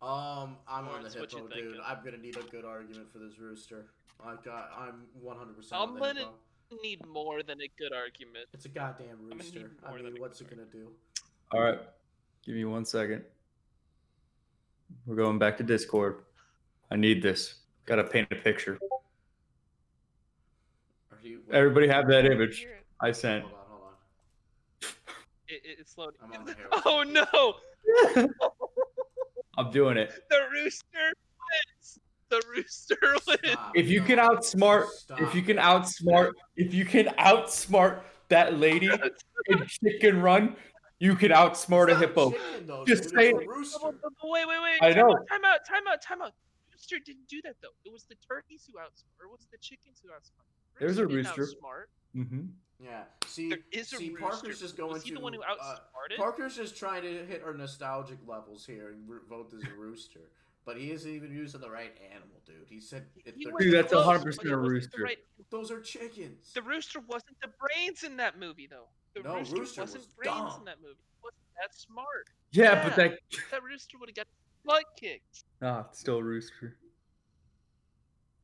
Um, I'm Lawrence, on the what you hippo, dude. thinking? I'm gonna need a good argument for this rooster. I got. I'm 100. percent I'm on the gonna- hippo. Need more than a good argument. It's a goddamn gonna need rooster. I more than mean, a what's it good gonna do? All right, give me one second. We're going back to Discord. I need this. Gotta paint a picture. Are you? wait, Everybody have that image Hear it. I sent. Hold on, hold on. It- it- it's loading. I'm on (laughs) the hair. Oh no! I'm doing it. The rooster wins. The rooster wins. Stop, If you no, can outsmart, if stop you can it. outsmart, if you can outsmart that lady in Chicken Run, you can outsmart a It's not hippo. chicken, though, Just dude, say it's a it. rooster. Oh, but- but Wait, wait, wait. I time know. Out, time out, time out, time out. Rooster didn't do that though. It was the turkeys who outsmart. Or it was the chickens who outsmart. There's a didn't rooster. Outsmart. Mm-hmm. Yeah. See, There is a see, rooster. Parker's just going was he to. the one who uh, outsmarted? Parker's just trying to hit our nostalgic levels here and ro- vote this rooster, but he isn't even using the right animal, dude. He said if He they're- was Dude, that's 100% close, but it a wasn't the rooster. right- those are chickens. The rooster wasn't the brains in that movie though. The No, rooster, rooster wasn't was brains dumb. in that movie. He wasn't that smart. Yeah, Yeah. but that That rooster would have got his butt kicked. ah, it's still a rooster.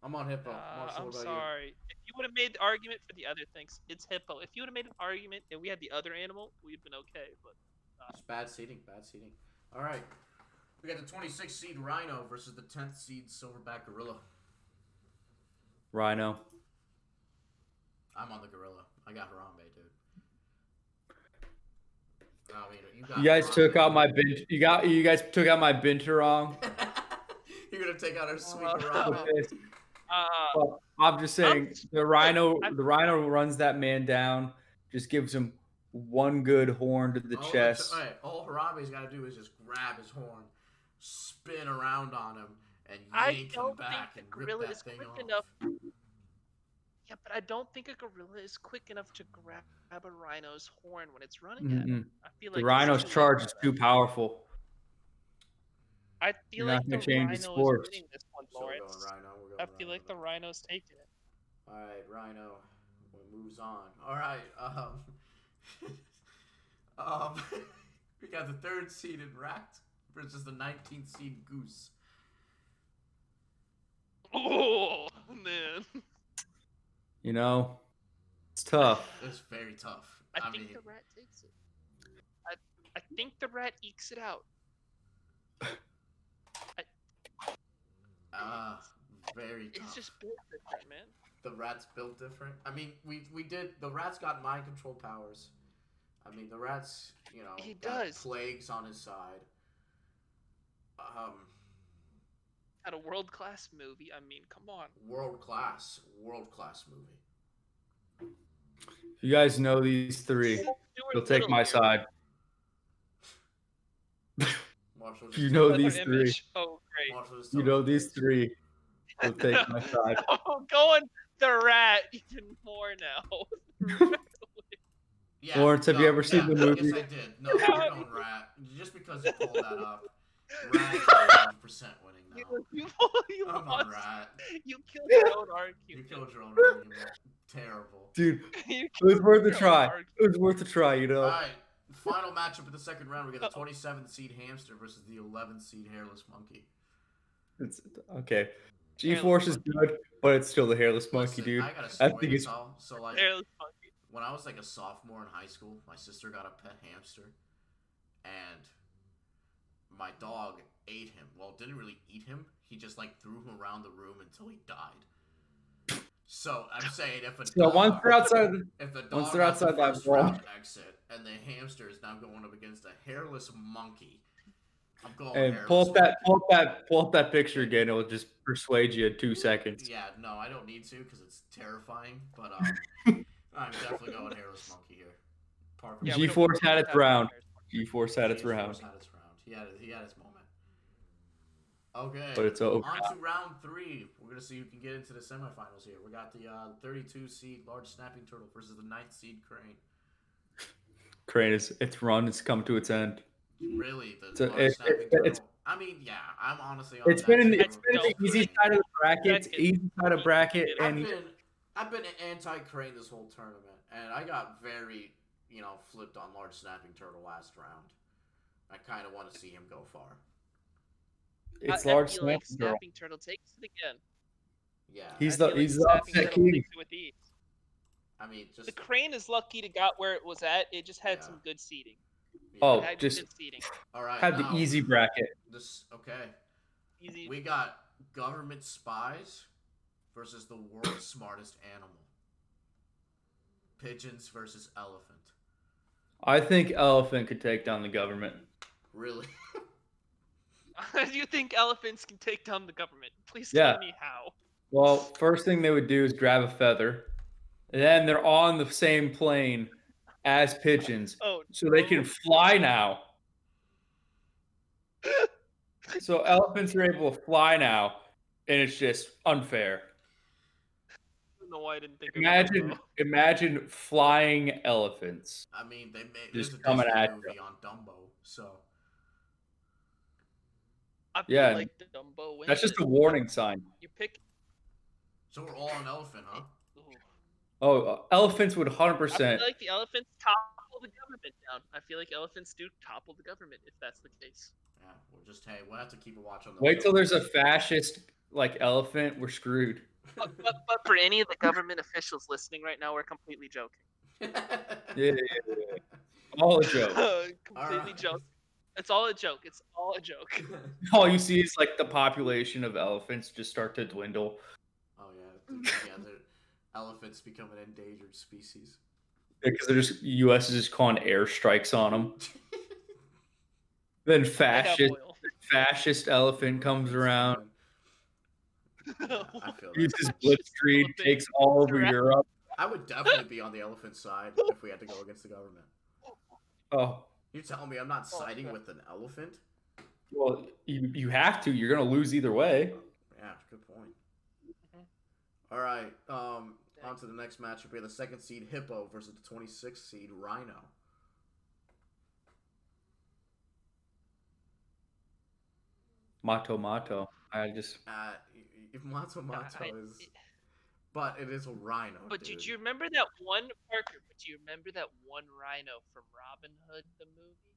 I'm on hippo. Uh, Oh, Marshall, I'm what about sorry. If you would have made the argument for the other things, it's hippo. If you would have made an argument and we had the other animal, we'd been okay. But you? It's bad seating. Bad seating. All right. We got the 26th seed rhino versus the 10th seed silverback gorilla. Rhino. I'm on the gorilla. I got Harambe, dude. I mean, you, got You guys Harambe. took out my bin. You got you guys took out my binturong. (laughs) You're gonna take out our sweet Wow. Harambe. Uh, Well, I'm just saying the rhino I'm- the rhino runs that man down, just gives him one good horn to the All chest. All, Oh, right, all Harambe's got to do is just grab his horn, spin around on him, and I yank him don't back think the and rip gorilla that is thing quick off. enough. Yeah, but I don't think a gorilla is quick enough to grab a rhino's horn when it's running at him. Mm-mm. I feel Mm-hmm. The like it's rhino's too late charge for is that. too powerful. I You're feel not like the gonna change rhino its is course. winning this one, Still going Lawrence. Rhino. We're going I feel Rhino like the there. rhino's taking it. All right, Rhino well, moves on. All right, um, (laughs) um, (laughs) we got the third seeded Rat versus the 19th seed Goose. Oh man! You know, it's tough. It's very tough. I, I, think mean, the rat takes it. I, I think the rat ekes it out. ah, very tough. It's just built different, man. the rat's built different. I mean, we we did the rat's got mind control powers. I mean, the rat's you know He got does. plagues on his side. Um, At a world class movie, I mean, come on. world class, world class movie. If you guys know these three, Stuart you'll take Little my here. side. Marshall, If you just- know Another these three, image. Oh great! (laughs) Marshall just you told know me. these three, you'll take my side. I'm going Oh, the rat even more now. (laughs) Yeah, Lawrence, have you ever seen the movie? Yes, I did. (laughs) No, you're going rat. Just because you pulled that up, rat is 100 percent winning (laughs) you, you, you now. I'm lost. on rat. You killed your own You argument. (laughs) killed your own argument. Terrible. Dude, You it was killed worth a your own try. argument. It was worth a try, you All know. right, final matchup of the second round. We got the 27th seed hamster versus the 11th seed hairless monkey. It's, okay. G Force is good, but it's still the hairless monkey, Listen, dude. I got a think story to it's- tell. So like, There, let's fuck it. when I was like a sophomore in high school, my sister got a pet hamster, and my dog ate him. Well, didn't really eat him. He just like threw him around the room until he died. So I'm saying if a So dog, once they're outside, if the dog once they're has the outside that first wall- round exit, and the hamster is now going up against a hairless monkey, I'm going and hairless pull up that, monkey. pull up that, pull up that picture again. It'll just persuade you in two seconds. Yeah, no, I don't need to because it's terrifying. But um, (laughs) I'm definitely going hairless monkey here. Apart from Yeah, that, we don't- G-force had its round. G Force had he its is- he round, was Had its round. He had he had his moment. Okay. but it's over. on to round three. We're gonna see who can get into the semifinals here. We got the uh, 32 seed large snapping turtle versus the 9th seed crane. Crane is its run has come to its end. Really, the It's a- large it's- snapping it's- turtle. it's- I mean, yeah, I'm honestly. On It's that been in the, team it's with been in the Crane. easy side of the bracket, Bracket. easy side of bracket, I've and been I've been anti crane this whole tournament, and I got very you know flipped on large snapping turtle last round. I kind of want to see him go far. it's I- I large feel E like snapping girl. snapping turtle takes it again. Yeah, He's the I feel like he's the snapping upset turtle king. takes it with ease. I mean, just The crane is lucky to got where it was at. It just had Yeah. some good seating. yeah. Oh, It had just- good seating. all right. Had the now, easy bracket. This okay. Easy. (laughs) We got government spies versus the world's smartest animal. Pigeons versus elephant. I think elephant could take down the government. Really? Do you think elephants can take down the government? Please Yeah. tell me how. Well, first thing they would do is grab a feather, and then they're on the same plane as pigeons, Oh, so they can fly now. So elephants are able to fly now, and it's just unfair. no, I didn't think. of that, Imagine, bro. imagine flying elephants. I mean, they made Just there's a coming Disney at ya. movie on Dumbo, so I feel yeah. like the Dumbo wins. That's just a this. warning sign. You pick. so we're all on elephant, huh? Ooh. Oh, uh, elephants would I feel 100%. like the elephants topple the government down. I feel like elephants do topple the government if that's the case. Yeah, we'll just hey, we'll have to keep a watch on the. Wait till there's a fascist like elephant. We're screwed. But, but, but for any of the government officials listening right now, we're completely joking. Yeah, yeah, All a joke. (laughs) (laughs) completely Alright. joke. It's all a joke. It's all a joke. (laughs) All you see is like the population of elephants just start to dwindle. (laughs) oh yeah, yeah. elephants become an endangered species. because they're just U.S. is just calling airstrikes on them. Then I have fascist oil. (laughs) fascist elephant comes around, (laughs) (laughs) I feel that. uses blitzkrieg, takes all over Correct. Europe. I would definitely be on the elephant side if we had to go against the government. Oh, You're telling me I'm not Oh, siding yeah. with an elephant? well, you, you have to. You're gonna lose either way. Yeah, good point. Mhm. All right, um, Yeah. on to the next matchup here: the second seed Hippo versus the 26th seed Rhino. Mato mato. I just Uh, if Mato Mato (laughs) I- is, but it is a rhino. But dude. did you remember that one Parker? But do you remember that one rhino from Robin Hood the movie?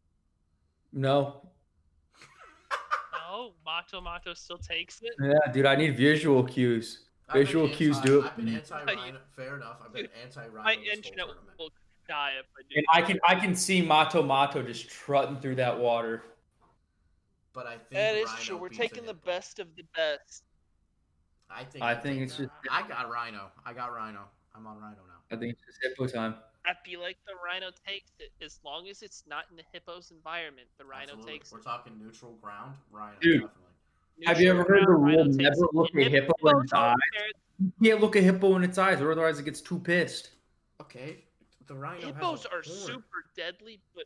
no. No, Mato Mato still takes it. Yeah, dude, I need visual cues. I've been visual cues anti- do it I've for been me. (laughs) anti-rhino. Fair enough. I've been anti-rhino. My this whole internet tournament. will die if I do. And I can I can see Mato mato just trotting through that water. But I think That is Rhino true. We're beats a taking the Hippo. best of the best. I think. I think it's just I got Rhino. I got Rhino. I'm on Rhino now. I think it's just hippo time. I feel like the rhino takes it as long as it's not in the hippo's environment. The rhino Absolutely. takes We're it. talking neutral ground. Rhino. Dude. Definitely. Neutral Have you ever heard the ground, rhino rule takes never it. look And a hippo hippos in its are eyes? fair- You can't look a hippo in its eyes, or otherwise it gets too pissed. Okay. The Rhino. has Hippos a are horn. super deadly, but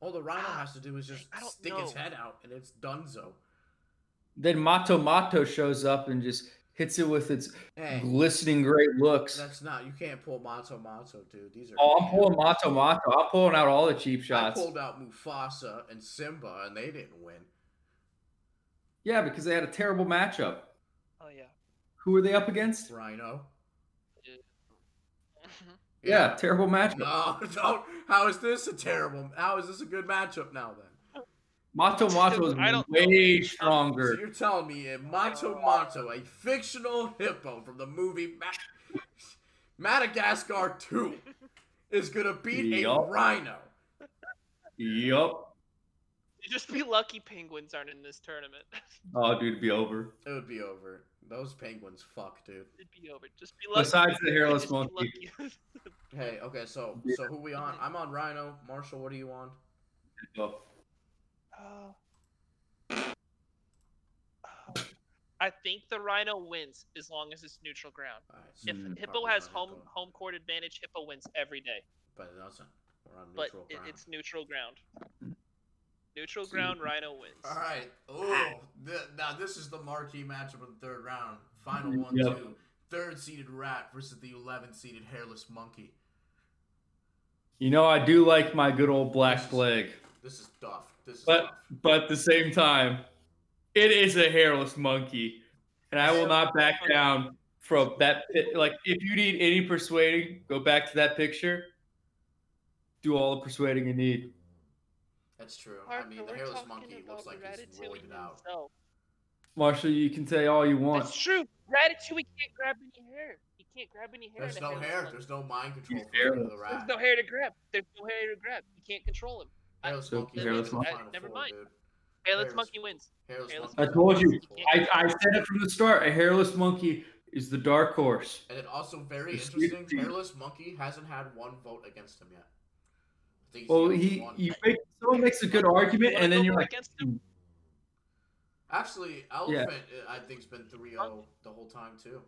All the Rhino has to do is just I don't stick its know. head out, and it's Dunzo. Then Mato Mato shows up and just hits it with its Hey, glistening great looks. that's not. You can't pull Mato Mato, dude. These are. Oh, I'm ham. pulling Mato Mato. I'm pulling out all the cheap I shots. pulled out Mufasa and Simba, and they didn't win. Yeah, because they had a terrible matchup. oh (laughs) yeah. Who were they up against? Rhino. Yeah, terrible matchup. (laughs) No, don't. How is this a terrible? How is this a good matchup now then? Mato Mato is I don't way know, man. So stronger. you're telling me in Mato Mato, a fictional hippo from the movie Ma- Madagascar 2, is gonna beat Yup. a rhino. Yup. Just be lucky penguins aren't in this tournament. (laughs) Oh, dude, it'd be over. It would be over. Those penguins, fuck, dude. It'd be over. Just be lucky. Besides the hairless Just be monkey. lucky. (laughs) Hey, okay, so Yeah. so who we on? I'm on Rhino. Marshall, what are you on? Oh, Oh. I think the rhino wins as long as it's neutral ground. All right, so If Mm, Hippo probably has on home Hippo. home court advantage, Hippo wins every day. but it doesn't. We're on But neutral it, ground. it's neutral ground. (laughs) Neutral See. ground, Rhino wins. All right. Oh, th- now this is the marquee matchup of the third round. Final Yep. one, two. Third seeded rat versus the 11th seeded hairless monkey. You know, I do like my good old Black Plague, This is tough. This is But- tough. but at the same time, it is a hairless monkey, and I will not back down from that. pi- Like, if you need any persuading, go back to that picture. Do all the persuading you need. That's true. I Parker, mean, the we're hairless talking monkey looks about like he's Ratatouille roided out. himself. Marshall, you can say all you want. That's true. Ratatouille can't grab any hair. He can't grab any hair. There's in a no hairless hair. monkey. There's no mind control He's for the hairless. rat. There's no hair to grab. There's no hair to grab. You can't control him. Hairless So, monkey. hairless wins the monkey. final Never four, mind. dude. Hairless Hairless- monkey wins. Hairless Hairless monkey I told wins the you. final I- four. I, I said it from the start. A hairless monkey is the dark horse. And it also very It's interesting. stupid. Hairless monkey hasn't had one vote against him yet. I think he's the Well, only he one. you make, someone makes a good argument, Wanna and go then you're vote like, "Mm, against him? Actually, Elephant, uh, I think, has been 3 0 the whole time, too.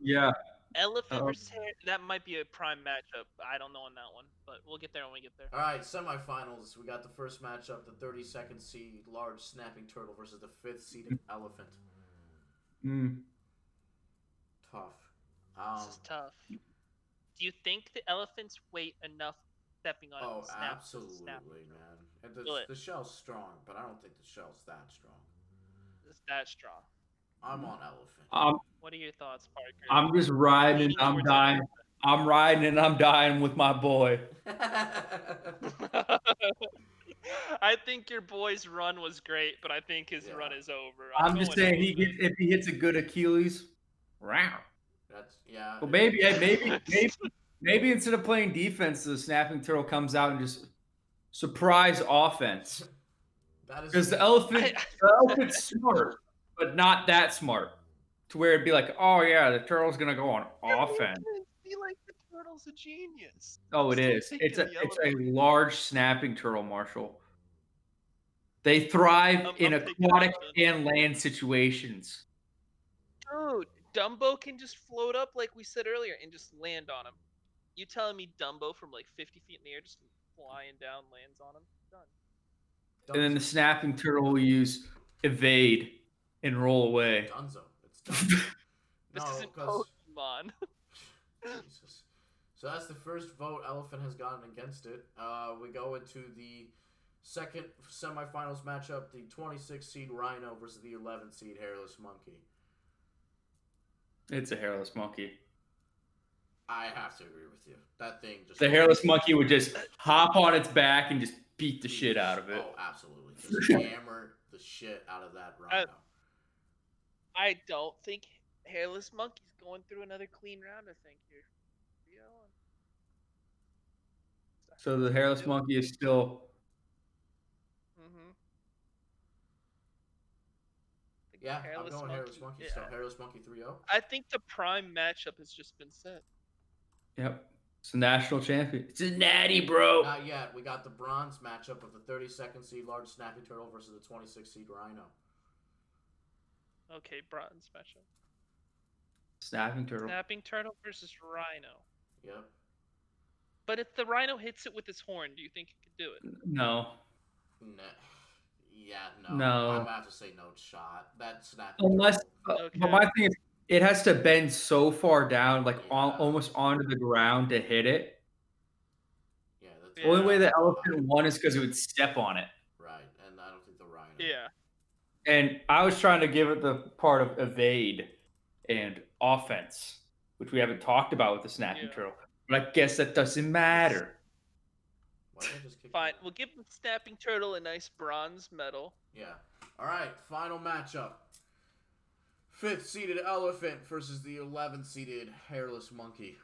yeah, Elephant Oh. versus hair. That might be a prime matchup. I don't know on that one, but we'll get there when we get there. All right, semifinals. We got the first matchup the 32nd seed large snapping turtle versus the 5th seeded elephant. mm, Tough. Um, this is tough. Do you think the elephants weight enough stepping on it? oh, to snap, absolutely, Snap. man. And Feel the, it. the shell's strong, but I don't think the shell's that strong. It's that strong. I'm Mm-hmm. on elephant. I'm What are your thoughts, Parker? I'm just riding and Leaning I'm towards dying. elephant. I'm riding and I'm dying with my boy. (laughs) I think your boy's run was great, but I think his Yeah. run is over. I'm just going saying he elephant. gets, if he hits a good Achilles, round. (laughs) That's yeah. Well, maybe hey, maybe maybe maybe instead of playing defense, the snapping turtle comes out and just surprise offense that is (laughs) because the elephant I- the elephant's smart, but not that smart. to where it'd be like, oh yeah, the turtle's gonna go (laughs) on offense. Be like the turtle's a genius. Oh, it Still is. thinking It's a the it's a elephant. large snapping turtle, Marshall. They thrive I'm- in I'm thinking aquatic elephant. and land situations. Dude, Dumbo can just float up like we said earlier and just land on him. You telling me Dumbo from like 50 feet in the air just flying down lands on him? Done. And then the Dunzo. snapping turtle will use evade and roll away. Dunzo. (laughs) It's Dunzo. This no, isn't 'cause- Pokemon. (laughs) Jesus. So that's the first vote Elephant has gotten against it. Uh, we go into the second semifinals matchup the 26 seed Rhino versus the 11 seed Hairless Monkey. It's a hairless monkey. I have to agree with you. That thing just. The hairless monkey would just hop on its back and just beat the shit out of it. Oh, absolutely. Just hammer the shit out of that Rhino. I don't think Hairless Monkey's going through another clean round, I think, here. Yeah. So the hairless monkey is still Mm-hmm. yeah, I'm going Hairless Monkey. So Hairless Monkey oh. 3 0. I think the prime matchup has just been set. Yep. It's a national champion. It's a natty, bro. Not yet. We got the bronze matchup of the 32nd seed large snapping turtle versus the 26 seed rhino. Okay, bronze matchup. Snapping turtle. Snapping turtle versus rhino. Yep. But if the rhino hits it with his horn, do you think it could do it? No. No. Yeah, no. No. I'm about to say no shot. That snapping Unless- turtle. But- But my thing is, it has to bend so far down, like on, Yeah. almost onto the ground to hit it. yeah, that's The only way the that's elephant fine. won is because it would step on it. Right, and I don't think the rhino. Yeah. And I was trying to give it the part of evade and offense, which we haven't talked about with the snapping Yeah. turtle. But I guess that doesn't matter. Why did I just kick Fine. it? We'll give the snapping turtle a nice bronze medal. Yeah. All right, final matchup. Fifth seeded elephant versus the 11th seeded hairless monkey.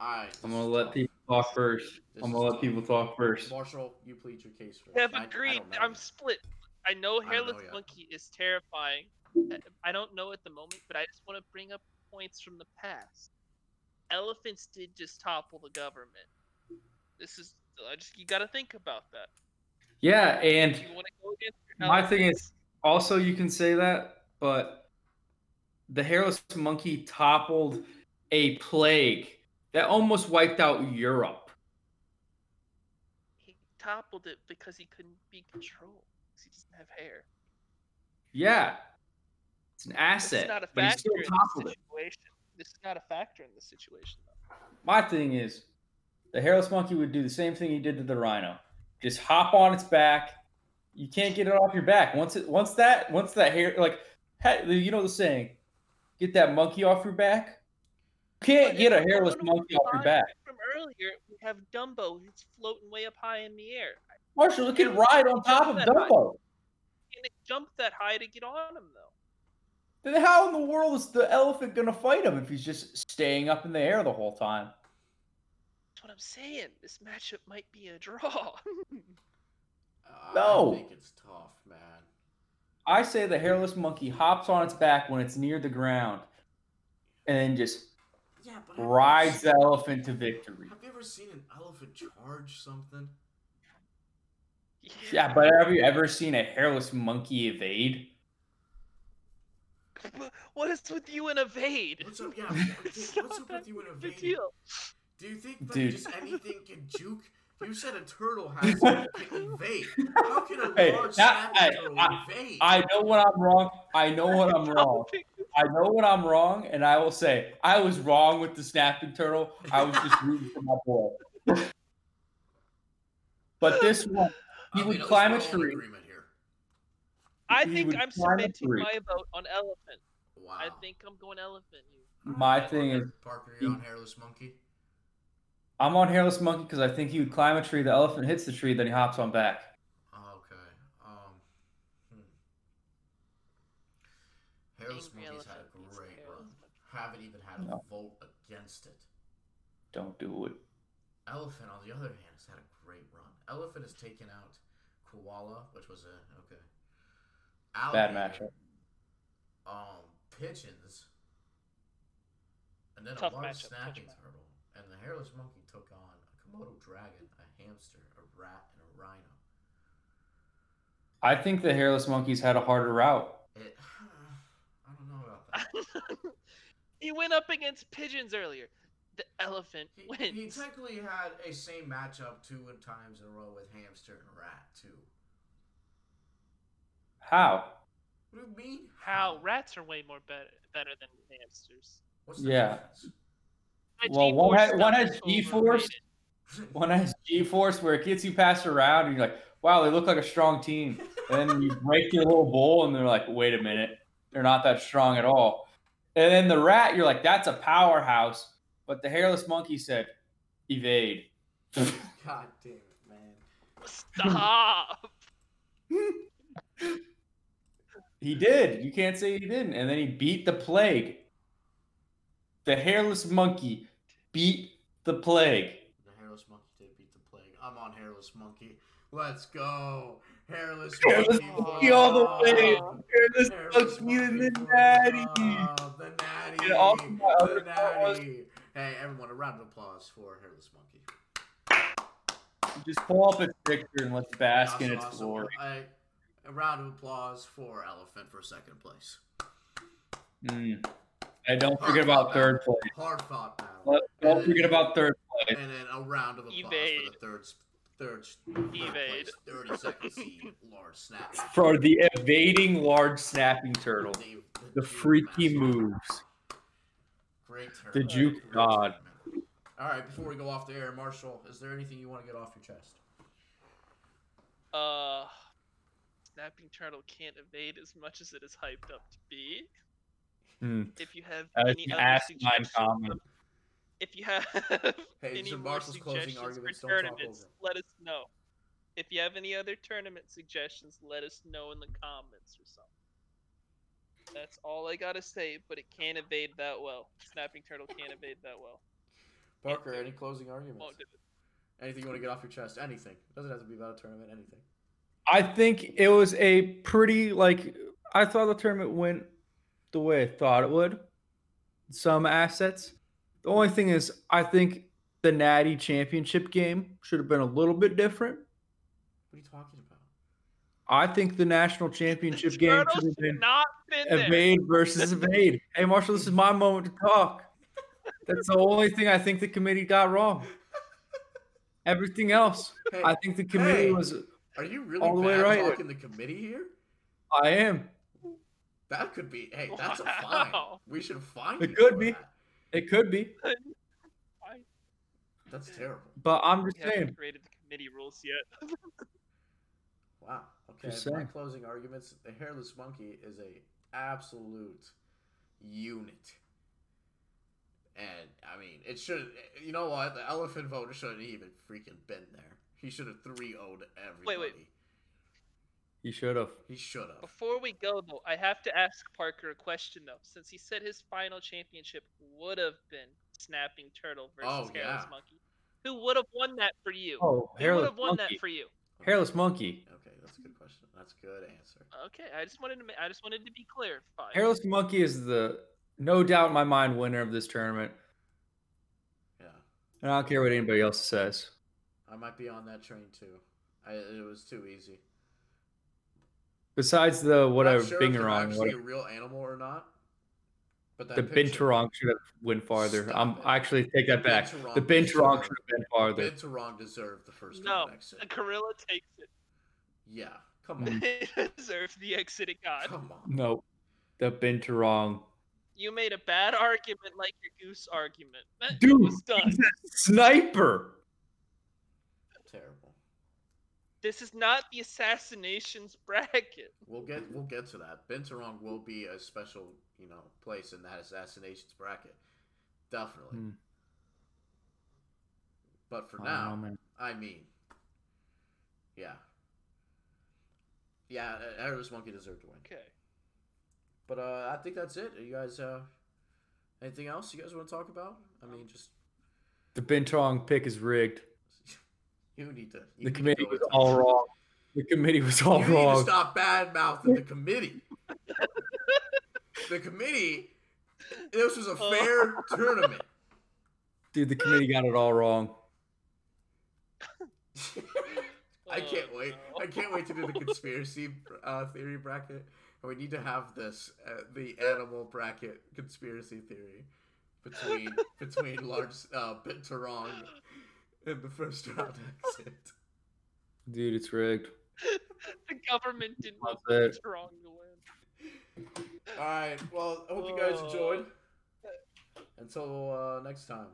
I. I'm gonna let people talk first. This I'm is gonna let tough. people talk first. Marshall, you plead your case first. Have I- I agreed. don't know I'm yet. split. I know don't hairless know yet. monkey is terrifying. I- I don't know at the moment, but I just want to bring up points from the past. Elephants did just topple the government. This is I just you got to think about that. Yeah, and Do you want to go against your My thing elephants? is, also you can say that, but the hairless monkey toppled a plague that almost wiped out Europe. he toppled it because he couldn't be controlled. 'cause He doesn't have hair. Yeah, it's an This asset, is not a but he factor still in toppled this it. situation. This is not a factor in this situation. Though. My thing is, the hairless monkey would do the same thing he did to the rhino, just hop on its back. You can't get it off your back once it once that once that hair like hey, you know the saying, get that monkey off your back. You can't But get a if you hairless wanna monkey off your combine back. From earlier, we have Dumbo who's floating way up high in the air. Marshall, it can ride on top of Dumbo. Can it jump that high to get on him though? Then how in the world is the elephant gonna fight him if he's just staying up in the air the whole time? That's what I'm saying. This matchup might be a draw. (laughs) I No. think it's tough, man. I say the hairless monkey hops on its back when it's near the ground and then just Yeah, but I've rides seen- the elephant to victory. Have you ever seen an elephant charge something? Yeah, but have you ever seen a hairless monkey evade? (laughs) what is with you and evade? What's (laughs) up? Yeah, what's It's not what's up that with you and big a evading? deal. Do you think that Dude. just anything can juke? You said a (laughs) turtle has to evade. How can a Hey, large that- snapping I- turtle I- evade? I know when I'm wrong. I know when I'm wrong. I know when I'm wrong, and I will say I was wrong with the snapping turtle. I was just rooting for my boy. but this one, he I mean, would at least climb we're a all in tree. Agreement here. I He think would climb I'm a cementing tree. my vote on elephant. Wow. I think I'm going elephant. You. My thing is, Parker, you're on hairless monkey. I'm on hairless monkey because I think he would climb a tree. The elephant hits the tree, then he hops on back. Oh, okay. Um. hmm. Hairless Angry monkey's had elephant a beats great hairless run. monkey. Haven't even had a No. vote against it. Don't do it. Elephant, on the other hand, has had a great run. Elephant has taken out Koala, which was a okay. Bad Alligator. matchup. um, pigeons, and then Tough a large matchup, snapping tough matchup. turtle. And the hairless monkey took on a Komodo dragon, a hamster, a rat, and a rhino. I think the hairless monkeys had a harder route. It, (sighs) I don't know about (laughs) that. he went up against pigeons earlier. The elephant He, wins. he technically had a same matchup two times in a row with hamster and rat too. How? What do you mean? How rats are way more better better than hamsters. What's the Yeah. difference? My Well, one G-force had- one stuff has is G-force. (laughs) overrated. One has G Force where it gets you passed around and you're like, wow, they look like a strong team. And then you break your little bowl and they're like, wait a minute, they're not that strong at all. And then the rat, you're like, that's a powerhouse. But the hairless monkey said, evade. God damn it, man. (laughs) Stop. He did. You can't say he didn't. And then he beat the plague. The hairless monkey beat the plague. The hairless monkey did beat the plague. I'm on hairless monkey. Let's go, hairless Hairless monkey. monkey all the way. Oh, Hairless hairless monkey and the for natty. love, The natty. And also my other the thought was- natty. Hey, everyone, a round of applause for hairless monkey. Just pull up its picture and let's bask in Also- its also, glory. I- a round of applause for elephant for second place. Mm. And don't forget about third place. Hard fought battle. Let- Don't forget about third place. And then a round of applause for Evade. the third, third, third Evade. place, 30 second seed, large snap. For the evading large snapping turtle. The, The Duke freaky master. moves. Great turn. The Duke Great God. turn. All right, before we go off the air, Marshall, is there anything you want to get off your chest? Uh, snapping turtle can't evade as much as it is hyped up to be. Hmm. If you have As any an other asinine suggestions- comment. if you have Hey, these any are more Marshall's closing suggestions for arguments. Don't talk tournaments, over. let us know. If you have any other tournament suggestions, let us know in the comments or something. That's all I gotta say, but it can't evade that well. Snapping turtle can't evade that well. Parker, any closing arguments? Won't do it. Anything you want to get off your chest? Anything. doesn't have to be about a tournament, anything. I think it was a pretty like I thought the tournament went the way I thought it would. Some assets. The only thing is I think the Natty Championship game should have been a little bit different. What are you talking about? I think the national championship game Turtle should have should been not been there. evade versus evade. Hey Marshall, this is my moment to talk. That's the only thing I think the committee got wrong. Everything else, Hey, (laughs) I think the committee Hey. was are you really all the way bad right. talking the committee here? I am. That could be. Hey, that's a fine. Wow. We should fine. It you could for be. that. It could be, That's terrible. but I'm just We haven't saying. created the committee rules yet. Wow. Okay. Just My saying. closing arguments: the hairless monkey is a absolute unit, and I mean, it should. You know what? The elephant voter shouldn't even freaking been there. He should have three would everybody. Wait, wait. You should have. He should have. Before we go though, I have to ask Parker a question though, since he said his final championship would have been snapping turtle versus Oh, hairless yeah. monkey. Who would have won that for you? Oh, Who would hairless have won monkey. that for you? Hairless monkey. Okay, that's a good question. That's a good answer. Okay, I just wanted to ma- I just wanted to be clarified. (laughs) Hairless monkey is the no doubt in my mind winner of this tournament, Yeah, and I don't care what anybody else says. I might be on that train too. I, it was too easy. Besides the what a Not sure if they're binturong, what actually a real animal or not. But that the picture- binturong should have went farther. Stop I'm it. actually take that back. Binturong The binturong deserved- should have been farther. Binturong deserved the first No. round exit. The gorilla takes it. Yeah, come on, Hmm. (laughs) It deserved the exit it (laughs) got. come on. Mm. No, the binturong. You made a bad argument like your goose argument. That Dude, was done. he's a sniper. Terrible. This is not the assassinations bracket. We'll get we'll get to that. Binturong will be a special you know place in that assassinations bracket, definitely. Hmm. But for I don't now, know, man. I mean, yeah, yeah. uh, Hairless Monkey deserved to win. Okay. But uh, I think that's it. Are you guys uh, anything else you guys want to talk about? I mean, just (laughs) the binturong pick is rigged. you need to. The You need to committee go was into- all wrong. The committee was all You need to wrong. stop bad mouthing the committee. the committee, this was a fair tournament. Dude, the committee got it all wrong. I can't wait. Oh, I can't wait to do the conspiracy uh, theory bracket. And we need to have this uh, the animal bracket conspiracy theory between between large uh, Bitturong and the first round exit. Dude, it's rigged. (laughs) the government didn't want Love it. what's wrong to win. All right. Well, I hope you guys enjoyed. Until uh, next time.